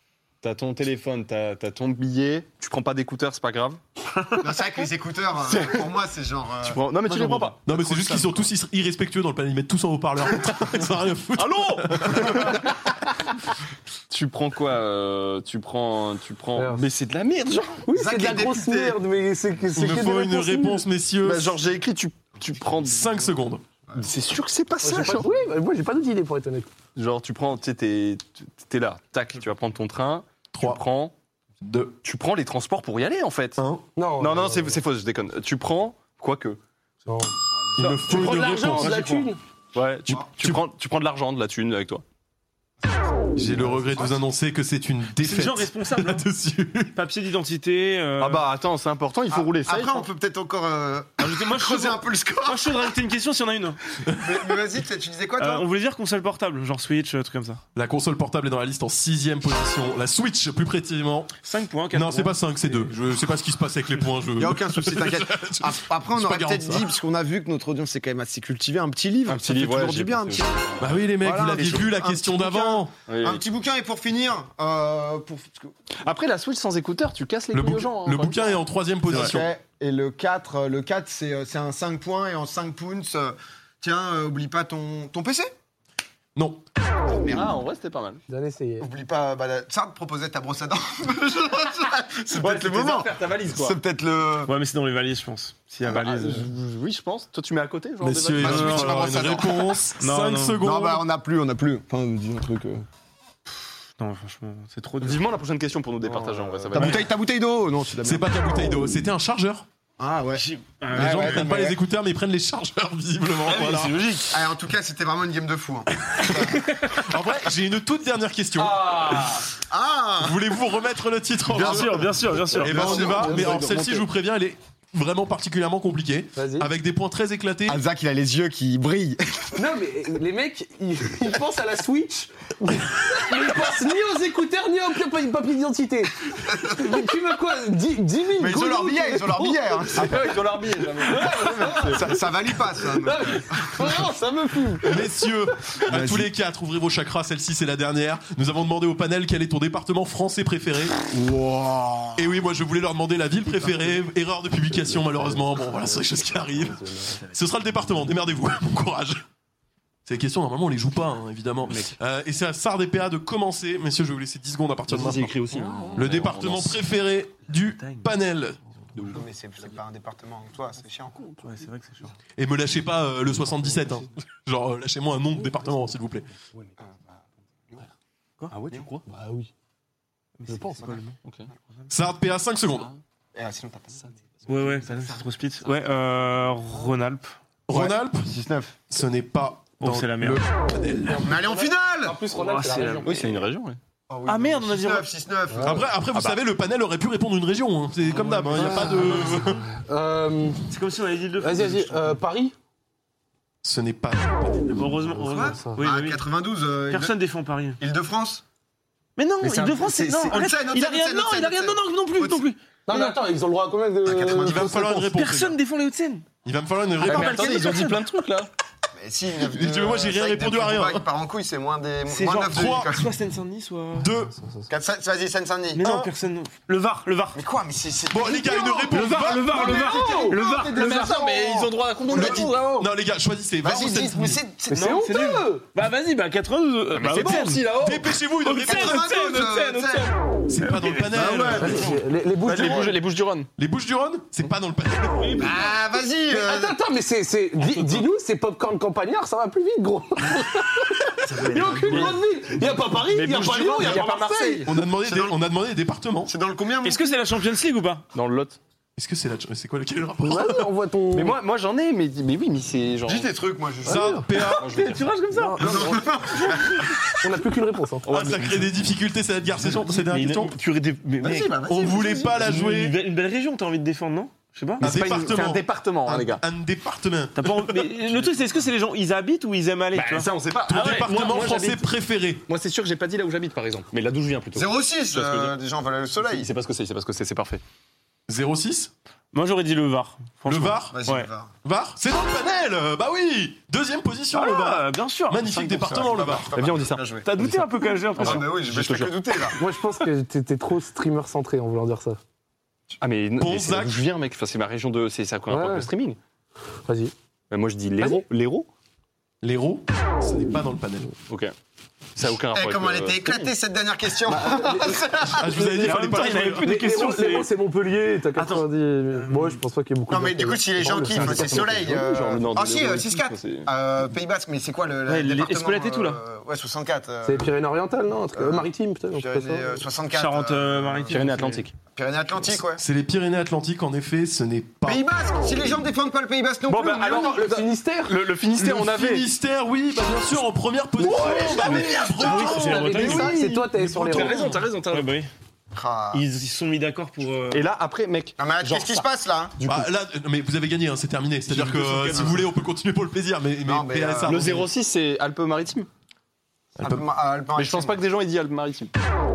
S3: t'as ton téléphone, t'as t'as ton billet. Tu prends pas d'écouteurs, c'est pas grave.
S2: Non, c'est vrai que les écouteurs, euh, pour moi, c'est genre. euh,
S3: Tu prends- Non mais
S1: Moi,
S3: tu
S1: j'en
S3: les prends
S1: prends
S3: pas.
S1: Non, mais c'est juste qu'ils sont tous ir- irrespectueux dans le panel. Ils mettent tous en haut-parleur. Ils ont rien à foutre.
S3: Allô Tu prends quoi euh, Tu prends, tu prends.
S4: Alors.
S3: Mais c'est de la merde, genre.
S4: Oui,
S2: Zach
S4: c'est de la
S2: est député.
S4: grosse merde, mais c'est que
S1: Il
S4: c'est
S1: me
S4: que
S1: faut
S4: des
S1: une
S4: réponses
S1: réponse, messieurs.
S3: Bah, genre j'ai écrit, tu, tu prends.
S1: 5 secondes.
S3: C'est sûr que c'est pas hein.
S4: nulles.
S3: ça.
S4: Moi, j'ai pas-
S3: genre.
S4: Oui, bah, moi j'ai pas d'autre idée pour être honnête.
S3: Genre tu prends, tu sais, t'es t'es là, tac, tu vas prendre ton train. Tu
S1: 3,
S3: prends,
S1: 2,
S3: tu prends les transports pour y aller en fait.
S1: 1.
S4: Non,
S3: Non,
S4: euh,
S3: non, c'est c'est faux, je déconne. Tu prends quoi que.
S4: non.
S1: Il me
S3: Tu
S1: faut
S4: Prends de
S1: une
S4: l'argent,
S1: réponse.
S4: de la
S3: Moi, j'y
S4: thune.
S3: Ouais, tu,
S2: Ah.
S3: tu prends, tu prends de l'argent, de la thune avec toi.
S1: J'ai le regret de vous annoncer que c'est une
S5: C'est le
S1: défaite
S5: genre responsable. hein.
S1: là-dessus.
S5: Papier d'identité. euh,
S3: Ah bah attends, c'est important, il faut
S2: ah,
S3: rouler ça.
S2: Après, on peut peut-être encore euh,
S5: rajouter- Moi, Ah, je suis
S2: creuser un peu le score.
S5: moi, je suis chaud de rajouter une question s'il y en a une.
S2: mais, mais vas-y, peut-être, tu disais quoi,
S5: Euh,
S2: toi
S5: on voulait dire console portable, genre Switch, euh, truc comme ça.
S1: La console portable est dans la liste en 6 position. La Switch, plus précisément.
S5: 5 points, 4
S1: Non, c'est pas 5, c'est 2. Je sais pas ce qui se passe avec les points. Je...
S2: Il n'y a aucun souci, t'inquiète. Ap- Après,
S1: Je
S2: on
S1: suis pas garant
S2: aurait
S1: de
S2: peut-être
S1: ça.
S2: dit, parce qu'on a vu que notre audience est quand même assez cultivée, un petit livre.
S3: Un
S2: ça
S3: petit livre,
S2: fait
S3: ouais,
S2: toujours
S3: j'ai
S2: du bien, un
S3: pensé
S2: petit,
S1: Bah oui, les mecs,
S2: Voilà,
S1: vous l'avez
S2: les
S1: vu la
S2: choses.
S1: question
S2: Un petit
S1: d'avant.
S3: Oui,
S2: un
S3: oui.
S2: petit bouquin. Et pour finir, euh, pour...
S3: Après la Switch sans écouteurs, tu casses les
S1: Le,
S3: couilles aux
S1: bouc-
S3: gens. hein,
S1: le
S3: quand même.
S1: bouquin est en 3 position.
S2: Ok, Et le 4, euh, le 4 c'est euh, c'est un 5 points, et en 5 points, euh, tiens, euh, oublie pas ton, ton PC.
S1: Non.
S3: Ah, en vrai, c'était pas mal.
S4: J'en ai essayé.
S2: Oublie pas, bah, la- ça te proposait ta brosse à dents. c'est peut-être le
S3: tes
S2: moment.
S3: affaires, ta valise, quoi.
S2: C'est peut-être le.
S5: Ouais, mais c'est dans les valises, je pense. S'il y a
S3: Ah,
S5: valise. euh.
S3: je- je- oui, je pense. Toi, tu mets à côté, genre.
S1: Messieurs,
S3: des
S1: il va
S2: Bah,
S3: valises.
S2: je me
S1: falloir
S2: suis pas
S1: avoir une
S2: pensé à ça.
S1: réponse.
S5: Non,
S1: 5
S5: non.
S1: secondes.
S2: Non, bah on a plus, on a plus. Enfin, dis un truc. euh.
S5: Non, franchement, c'est trop dur.
S3: Vivement la prochaine question pour nous départager, en vrai. Ça va
S2: Ta
S3: être-
S2: bouteille, ta bouteille d'eau. Non, c'est de la
S1: C'est
S2: merde.
S1: pas ta bouteille d'eau, c'était un chargeur.
S2: Ah ouais.
S5: Euh,
S1: Les
S2: Ouais,
S1: gens
S2: ouais,
S1: ne prennent
S2: non,
S1: pas
S2: mais-
S1: les écouteurs, mais ils prennent les chargeurs, visiblement.
S3: Ah oui,
S1: Voilà.
S3: C'est logique.
S2: Ah, en tout cas, c'était vraiment une game de fou. hein.
S1: En vrai, j'ai une toute dernière question.
S2: Ah.
S1: Voulez-vous remettre le titre en
S5: Bien
S1: jeu
S5: sûr, bien sûr, bien sûr.
S1: Eh ben, on y
S2: sûr,
S1: va.
S2: bien
S1: Mais
S2: sûr,
S1: alors,
S2: bien
S1: celle-ci,
S2: sûr.
S1: je vous préviens, elle est vraiment particulièrement compliquée.
S4: Vas-y.
S1: Avec des points très éclatés.
S2: Ah, Zach, il a les yeux qui brillent.
S4: Non, mais les mecs, ils, ils pensent à la Switch, mais ils pensent ni aux écouteurs, ni au papier papier d'identité. Mais tu veux quoi 10, 10 000
S2: Mais ils ont leur
S4: goulous
S2: billet, ils ont leur billet. hein.
S4: Ah
S3: Ils ont leur billet, jamais.
S2: Ça, ça valide pas, ça.
S4: Ah Non, mais Vraiment, ça me fume.
S1: Messieurs, à
S2: Vas-y.
S1: tous les quatre, ouvrez vos chakras. Celle-ci, c'est la dernière. Nous avons demandé au panel quel est ton département français préféré.
S2: Wow.
S1: Et oui, moi, je voulais leur demander la ville préférée. Erreur de publication, malheureusement. Bon, voilà, c'est des choses qui arrivent. Ce sera le département. Démerdez-vous. Bon courage. Ces questions, normalement, on les joue pas, hein, évidemment. Euh, et c'est à Sard et PA de commencer. Messieurs, je vais vous laisser 10 secondes à
S5: bah,
S1: partir de maintenant.
S5: écrit aussi. hein.
S1: Le département préféré du panel.
S2: Mais c'est c'est pas un département comme toi, c'est chiant.
S5: Ouais, c'est vrai que c'est chiant.
S1: Et me lâchez pas euh, le 77. hein. Genre, euh, lâchez-moi un nom de département, s'il vous plaît.
S5: Ah ouais, tu crois
S4: Bah oui. Je pense. hein.
S1: Sard PA, 5 secondes.
S2: Et là, sinon, t'as pas ça.
S5: Ouais, ouais, ça, c'est trop speed. Ouais, euh, Rhône-Alpes.
S1: Rhône-Alpes,
S2: 19.
S1: ce n'est pas.
S5: Oh,
S1: dans
S5: c'est la
S1: le
S5: merde.
S2: Mais allez en finale
S4: En plus,
S5: Oh,
S4: Ronald, c'est
S5: c'est la-
S4: la région.
S3: Oui, c'est une région, ouais.
S5: Ah, merde, on a dit-
S2: 19, 6-9.
S4: Ouais.
S1: Après,
S5: Ah
S1: après
S5: bah.
S1: vous savez, le panel aurait pu répondre une région. hein. C'est comme d'hab, il n'y a pas de.
S4: Euh,
S5: C'est comme si on avait dit le.
S4: vas-y, vas-y. euh, Paris
S1: Ce n'est pas. le panel.
S5: Heureusement, heureusement.
S4: Quoi
S5: Oui,
S2: Ah,
S5: oui, oui.
S2: 92. euh,
S5: Personne défend Paris.
S2: Île-de-France
S5: Mais non,
S2: Mais c'est un-
S5: Île-de-France, c'est.
S2: c'est-
S5: Non,
S2: c'est-
S5: arrête.
S2: Hudson,
S5: il a
S2: Hudson,
S5: rien. Non,
S2: Hudson,
S5: il a rien. Non, non, non plus,
S2: Hudson.
S5: non plus.
S4: Non, mais attends, ils ont le droit à combien de.
S2: Ah, 90.
S1: Il va me falloir une réponse. les
S5: Personne défend les Hauts-de-Seine.
S1: gars. Il va me falloir une
S5: Ah,
S1: réponse.
S5: mais attendez, ils ont dit
S3: plein de trucs là.
S6: mais si, 9
S1: Tu vois, moi, j'ai rien répondu à rien.
S6: Il part en couille, c'est moins des.
S5: C'est
S6: moins
S5: genre
S6: 9 de
S1: trois.
S6: Nicolas.
S5: Soit Seine-Saint-Denis, soit.
S1: 2.
S6: Quatre- Seine- Vas-y,
S5: Mais
S6: Seine-Saint-Denis.
S5: non,
S1: Un.
S5: personne. Le VAR, le VAR.
S6: Mais quoi, mais c'est. c'est-
S1: Bon, les gars, une
S5: Le
S1: réponse.
S5: VAR, le
S4: Ah,
S5: VAR, le VAR. Le VAR, le
S4: Mais
S5: VAR.
S4: attends, mais ils ont droit à combien de
S6: Le
S4: temps
S6: dit-
S4: là-haut
S1: Non, les gars, choisissez. Var ou
S6: Vas-y, dis, mais
S1: Seine-Saint-Denis.
S6: c'est.
S4: Mais c'est
S5: non, c'est nul.
S4: honteux
S5: Bah vas-y, bah 92. euh, bah,
S4: C'est bon, si là-haut
S1: Dépêchez-vous, il doit
S5: Octane,
S1: répondre.
S5: Octane, Octane, Octane.
S1: C'est pas dans le
S6: Bah
S1: panel.
S4: Les, les bouches
S3: Les bouches, les bouches du Rhône.
S1: Les Bouches du Rhône C'est pas dans le panel.
S6: Ah, vas-y euh,
S4: Attends, attends, mais c'est. c'est- dis- Dis-nous, c'est popcorn campagnard, ça va plus vite, gros Il n'y a aucune grande ville Il n'y a pas Paris, il n'y a pas Lyon, il n'y a pas Marseille
S1: On a demandé, des, on a demandé des départements.
S6: C'est dans le combien mon-
S5: Est-ce que c'est la Champions League ou pas
S3: Dans le Lot.
S1: Est-ce que c'est la, c'est quoi lequel rapport
S4: Vas-y, envoie ton.
S3: Mais moi, moi j'en ai, mais, mais oui, mais c'est genre.
S6: Dis tes trucs, moi, je
S1: Ça, PA,
S5: Tu rages comme ça
S4: On n'a plus qu'une réponse. hein.
S1: ah, ça crée des difficultés, c'est Edgar, c'est sûr, c'est la
S5: Mais
S1: question.
S5: non, Tu aurais des. Mais mec,
S6: Vas-y, bah, vas-y,
S1: On
S6: vas-y,
S1: voulait
S6: vas-y.
S1: pas la
S5: une- Une
S1: jouer.
S5: belle, une belle région, t'as envie de défendre, non Je sais pas.
S1: Un
S4: C'est pas une- C'est
S1: département.
S4: un département, hein, les gars.
S1: Un département.
S5: T'as pas envie- mais le truc, c'est est-ce que c'est les gens, ils habitent ou ils aiment aller tu vois
S3: ça, on sait pas.
S1: Ton
S3: Ah ouais,
S1: département
S3: moi- moi,
S1: français
S3: j'habite-
S1: préféré.
S3: Moi, c'est sûr que j'ai pas dit là où j'habite, par exemple. Mais là d'où je viens plutôt.
S6: 06,
S3: Je sais pas ce que je
S6: euh, des gens veulent le
S3: Il
S6: soleil.
S3: sait pas ce que c'est, il sait pas ce que c'est, c'est parfait.
S1: 06
S5: Moi, j'aurais dit le VAR.
S1: Le
S5: franchement. Ah,
S1: VAR
S6: Vas-y,
S5: Ouais.
S6: va.
S1: VAR C'est dans le panel euh, Bah oui Deuxième position, le VAR.
S5: Ah, bien sûr.
S1: Magnifique département, le VAR.
S3: Viens, on dit ça.
S6: Bien joué.
S5: T'as douté un peu quand même, j'ai
S6: Ah,
S5: l'impression.
S6: mais oui, je vais
S3: Je te
S6: que
S3: jure.
S6: douter, là.
S4: Moi, je pense que t'étais trop streamer centré en voulant dire ça.
S3: Ah, mais, non, mais c'est
S1: Ponzac.
S3: là d'où je viens, mec. Enfin, c'est ma région de. C'est ça qu'on
S4: Ouais.
S3: apprend le streaming.
S4: Vas-y.
S5: Ah,
S3: Mais moi, je dis l'héros. L'héros
S1: L'héros, ce n'est pas dans le panel.
S3: Ok. Ça a aucun rapport.
S6: Eh,
S3: avec
S6: comment
S3: le
S6: elle était
S3: streaming.
S6: éclatée cette dernière question
S1: Ah, je vous avais dit,
S5: Mais en
S1: fallait
S5: même temps,
S1: pas
S5: il avait
S1: jouer.
S5: plus des questions.
S4: c'est bon,
S5: c'est-
S4: c'est Montpellier, t'as 90. Moi, je pense pas qu'il y ait beaucoup
S6: Non,
S4: de-
S6: mais du coup, si les gens
S4: le
S6: kiffent, c'est
S4: service.
S6: soleil.
S3: euh, genre le
S6: euh,
S3: nord de
S6: Ah, si,
S3: l'Europe,
S6: euh, 6-4.
S3: c'est-
S6: Euh, Pays Basque, mais c'est quoi le. le
S5: Ouais, les-
S6: département,
S5: Espelette et tout, là.
S6: euh, Ouais, 64. euh,
S4: C'est les Pyrénées-Orientales, non un truc- euh, Maritime, peut-être. un truc comme ça.
S6: Pyrénées- euh, 64. euh,
S5: Charente-Maritime.
S3: Pyrénées-Atlantiques.
S6: Pyrénées-Atlantiques, ouais.
S1: C'est les Pyrénées-Atlantiques, en effet, ce n'est pas.
S6: Pays Basque Si les gens défendent pas le Pays Basque non
S3: Bon,
S6: plus,
S3: bah,
S6: mais
S3: alors,
S6: non.
S4: Le Finistère
S3: Le, le Finistère, on
S1: Le
S3: avait.
S1: Finistère, oui, bah bien sûr, en première position. Bah oui,
S5: Ah oui, c'est la
S4: T'avais
S5: Bretagne.
S4: dit ça, C'est toi, t'es sur les
S5: T'as
S4: rangs.
S5: raison, t'as raison. t'as raison.
S6: Ah.
S5: bah Ils ils se sont mis d'accord pour. euh,
S3: Et là, après, mec.
S6: Non, mais attends,
S3: genre
S6: qu'est-ce qui se
S3: ça.
S6: passe là hein
S1: Ah, là, euh, mais vous avez gagné, hein, c'est terminé. C'est-à-dire que euh, si vous voulez, on peut continuer pour le plaisir, mais, mais,
S6: Non, mais,
S1: PSA.
S6: euh,
S3: Le 06, c'est Alpes-Maritimes.
S2: Ah,
S3: Mais je pense pas que des gens aient dit Alpes-Maritimes.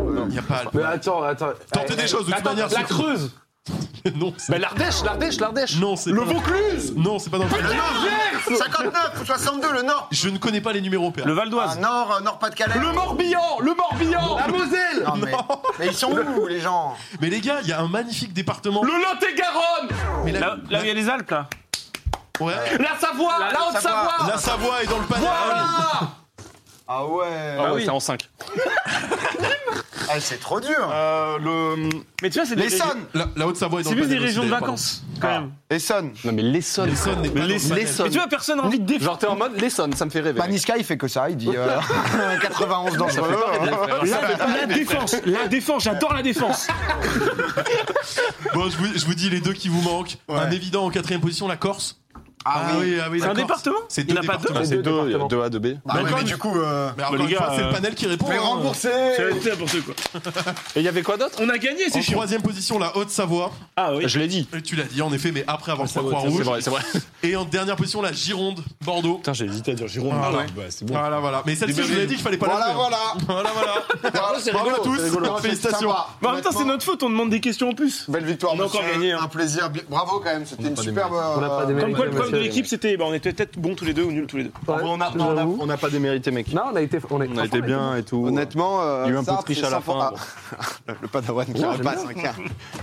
S1: il n'y a pas.
S4: Mais attends, attends.
S1: Tentez
S4: Eh,
S1: des
S4: eh,
S1: choses, de toute
S4: attends,
S1: manière,
S4: La
S1: c'est-
S4: Creuse
S1: non, c'est-
S5: Bah, Ben,
S3: Mais l'Ardèche, l'Ardèche, l'Ardèche.
S1: non, c'est pas.
S3: Vaucluse
S1: Non, c'est pas dans le
S6: Le
S1: panel.
S6: Nord 59 ou 62, le Nord
S1: Je ne connais pas les numéros, PA.
S5: Le Val
S6: Ah,
S5: d'Oise.
S6: Nord, euh, Nord, Pas-de-Calais
S3: Le Morbihan Le Morbihan
S4: La Moselle
S6: Non, mais, mais ils sont où les gens
S1: Mais les gars, il y a un magnifique département.
S3: Le Lot-et-Garonne
S1: Mais la-
S5: Là là où il y a les Alpes, là.
S1: ouais.
S3: La Savoie La,
S6: Haute-Savoie.
S3: Haute-Savoie
S1: La Savoie est dans le panel.
S6: Ah ouais
S3: Ah oui, c'est en 5.
S6: Ah, C'est trop dur
S2: Euh,
S3: le...
S5: Mais tu vois, c'est des. régions-
S6: L'Essonne
S1: La, la Haute-Savoie est dans
S5: C'est
S1: le
S5: plus
S1: panel.
S5: des régions de
S1: aussi, d'ailleurs,
S5: vacances, quand même.
S6: Essonne
S3: Non mais l'Essonne.
S1: L'Essonne n'est pas dans le
S3: L'Essonne.
S1: panel.
S5: Mais tu vois, personne n'a envie de
S3: L'Essonne. Genre t'es en mode l'Essonne, ça me fait
S2: Bah,
S3: rêver.
S6: Maniska, Bah, il fait que ça, il dit euh, 91 dangereux.
S5: La, la défense, la défense, j'adore la défense.
S1: Bon, je vous, je vous dis les deux qui vous manquent.
S6: Ouais.
S1: Un évident en quatrième position, la Corse.
S6: Ah oui
S1: ah oui,
S5: C'est
S1: la
S5: un
S1: Corse.
S5: département
S1: C'est
S5: Il
S1: deux
S5: n'y en a pas deux
S1: départements.
S4: C'est deux
S3: 2,
S4: départements.
S3: 2 A, 2 B.
S6: Ah ouais,
S1: D'accord.
S6: mais du coup, euh,
S1: Mais encore
S5: Bah, les
S1: une fois,
S5: gars,
S1: c'est le
S5: euh,
S1: panel qui répond.
S6: mais
S1: hein.
S6: rembourser
S5: C'est n'importe quoi.
S3: Et il y avait quoi d'autre
S5: On a gagné,
S1: En
S5: c'est chiant.
S1: troisième position, la Haute-Savoie.
S5: Ah oui.
S3: Je l'ai dit.
S1: Et Tu l'as dit en effet, mais après avoir
S3: C'est
S1: croix Croix-Rouge.
S3: vrai, c'est vrai.
S1: Et en dernière position, la Gironde, Bordeaux.
S3: Putain, j'ai hésité à dire Jérôme.
S1: Ah
S3: mais
S1: ouais.
S3: bah, c'est bon.
S1: Voilà, voilà. Mais celle-ci, je vous l'ai dit qu'il fallait pas
S6: Voilà,
S1: la jouer.
S6: voilà Bah,
S1: Voilà, voilà. Bravo à tous. Félicitations.
S5: Mais Bah, en même temps, c'est notre faute, on demande des questions en plus.
S6: Belle victoire,
S5: On a encore
S6: monsieur.
S5: gagné, hein.
S6: Un plaisir. Bi- Bravo quand même, c'était une superbe.
S4: On n'a pas
S6: euh,
S4: des
S5: Comme
S4: Ouais,
S5: quoi, le
S4: ouais,
S5: problème de
S4: ouais,
S5: l'équipe, c'était. Bah, on était peut-être bons tous les deux ou nuls tous les deux.
S4: Ouais,
S3: on, a, on, a,
S4: j'avoue.
S3: on a pas démérité, mec.
S4: Non, on a été. On, est-
S3: On a été
S4: franchement,
S3: bien et tout.
S6: Honnêtement, euh,
S3: Il y a eu un peu de
S6: Sartre,
S3: triche
S6: c'est
S3: à la
S6: sans-
S3: fin.
S6: Ah, le Padawan qui
S4: Ouais,
S6: repasse,
S4: j'aime
S6: hein, car-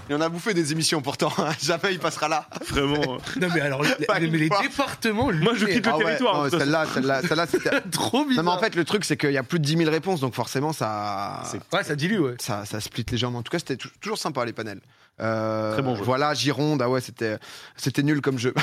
S6: Il en a bouffé des émissions pourtant. hein. Jamais il passera là.
S5: Vraiment. euh,
S7: Non mais alors, les-
S6: Pas
S7: mais
S6: une
S7: les
S6: fois.
S7: départements, le-
S5: Moi, je quitte le
S2: Ah ouais,
S5: territoire.
S2: non,
S5: de toute
S2: celle-là, celle-là, celle-là, c'était.
S7: trop
S2: Non,
S7: bizarre.
S2: mais en fait, le truc, c'est qu'il y a plus de 10 000 réponses, donc forcément, ça.
S7: ouais, ça dilue, ouais.
S2: Ça, ça split légèrement. En tout cas, c'était tou- toujours sympa les panels. Euh,
S3: Très bon jeu.
S2: Voilà, Gironde, ah ouais, c'était, c'était nul comme jeu.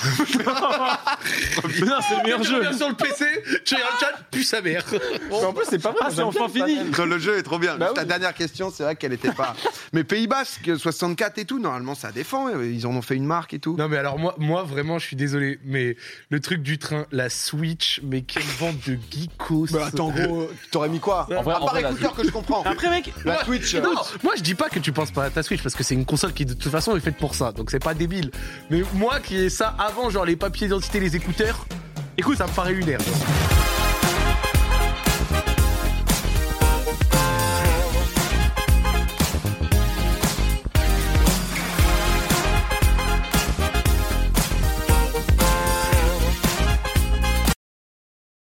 S5: façon. Mais non, c'est le
S2: Ah,
S5: meilleur
S7: Je
S5: jeu.
S7: regarde sur le PC, je regarde le chat, puis sa mère.
S3: Mais en plus, c'est pas vrai.
S5: Ah, c'est enfin fini.
S2: Non, le jeu est trop bien.
S3: Bah
S2: Juste La
S3: oui.
S2: dernière question, c'est vrai qu'elle était pas. Mais Pays Basque, 64 et tout, normalement, ça défend. Ils en ont fait une marque et tout.
S7: Non mais alors moi, moi vraiment, je suis désolé, mais le truc du train, la Switch, mais quelle vente de geekos.
S2: Bah,
S6: Bah,
S2: gros, t'aurais mis quoi
S3: En vrai,
S2: À
S3: en
S2: part
S3: vrai, la-
S2: écouteur que je comprends.
S5: Après, mec,
S2: La Twitch. euh,
S7: Non, moi je dis pas que tu penses pas à ta Switch parce que c'est une console qui de toute façon est faite pour ça, donc c'est pas débile. Mais moi qui ai ça avant, genre les papiers d'identité, les écouteurs, écoute, ça me paraît lunaire.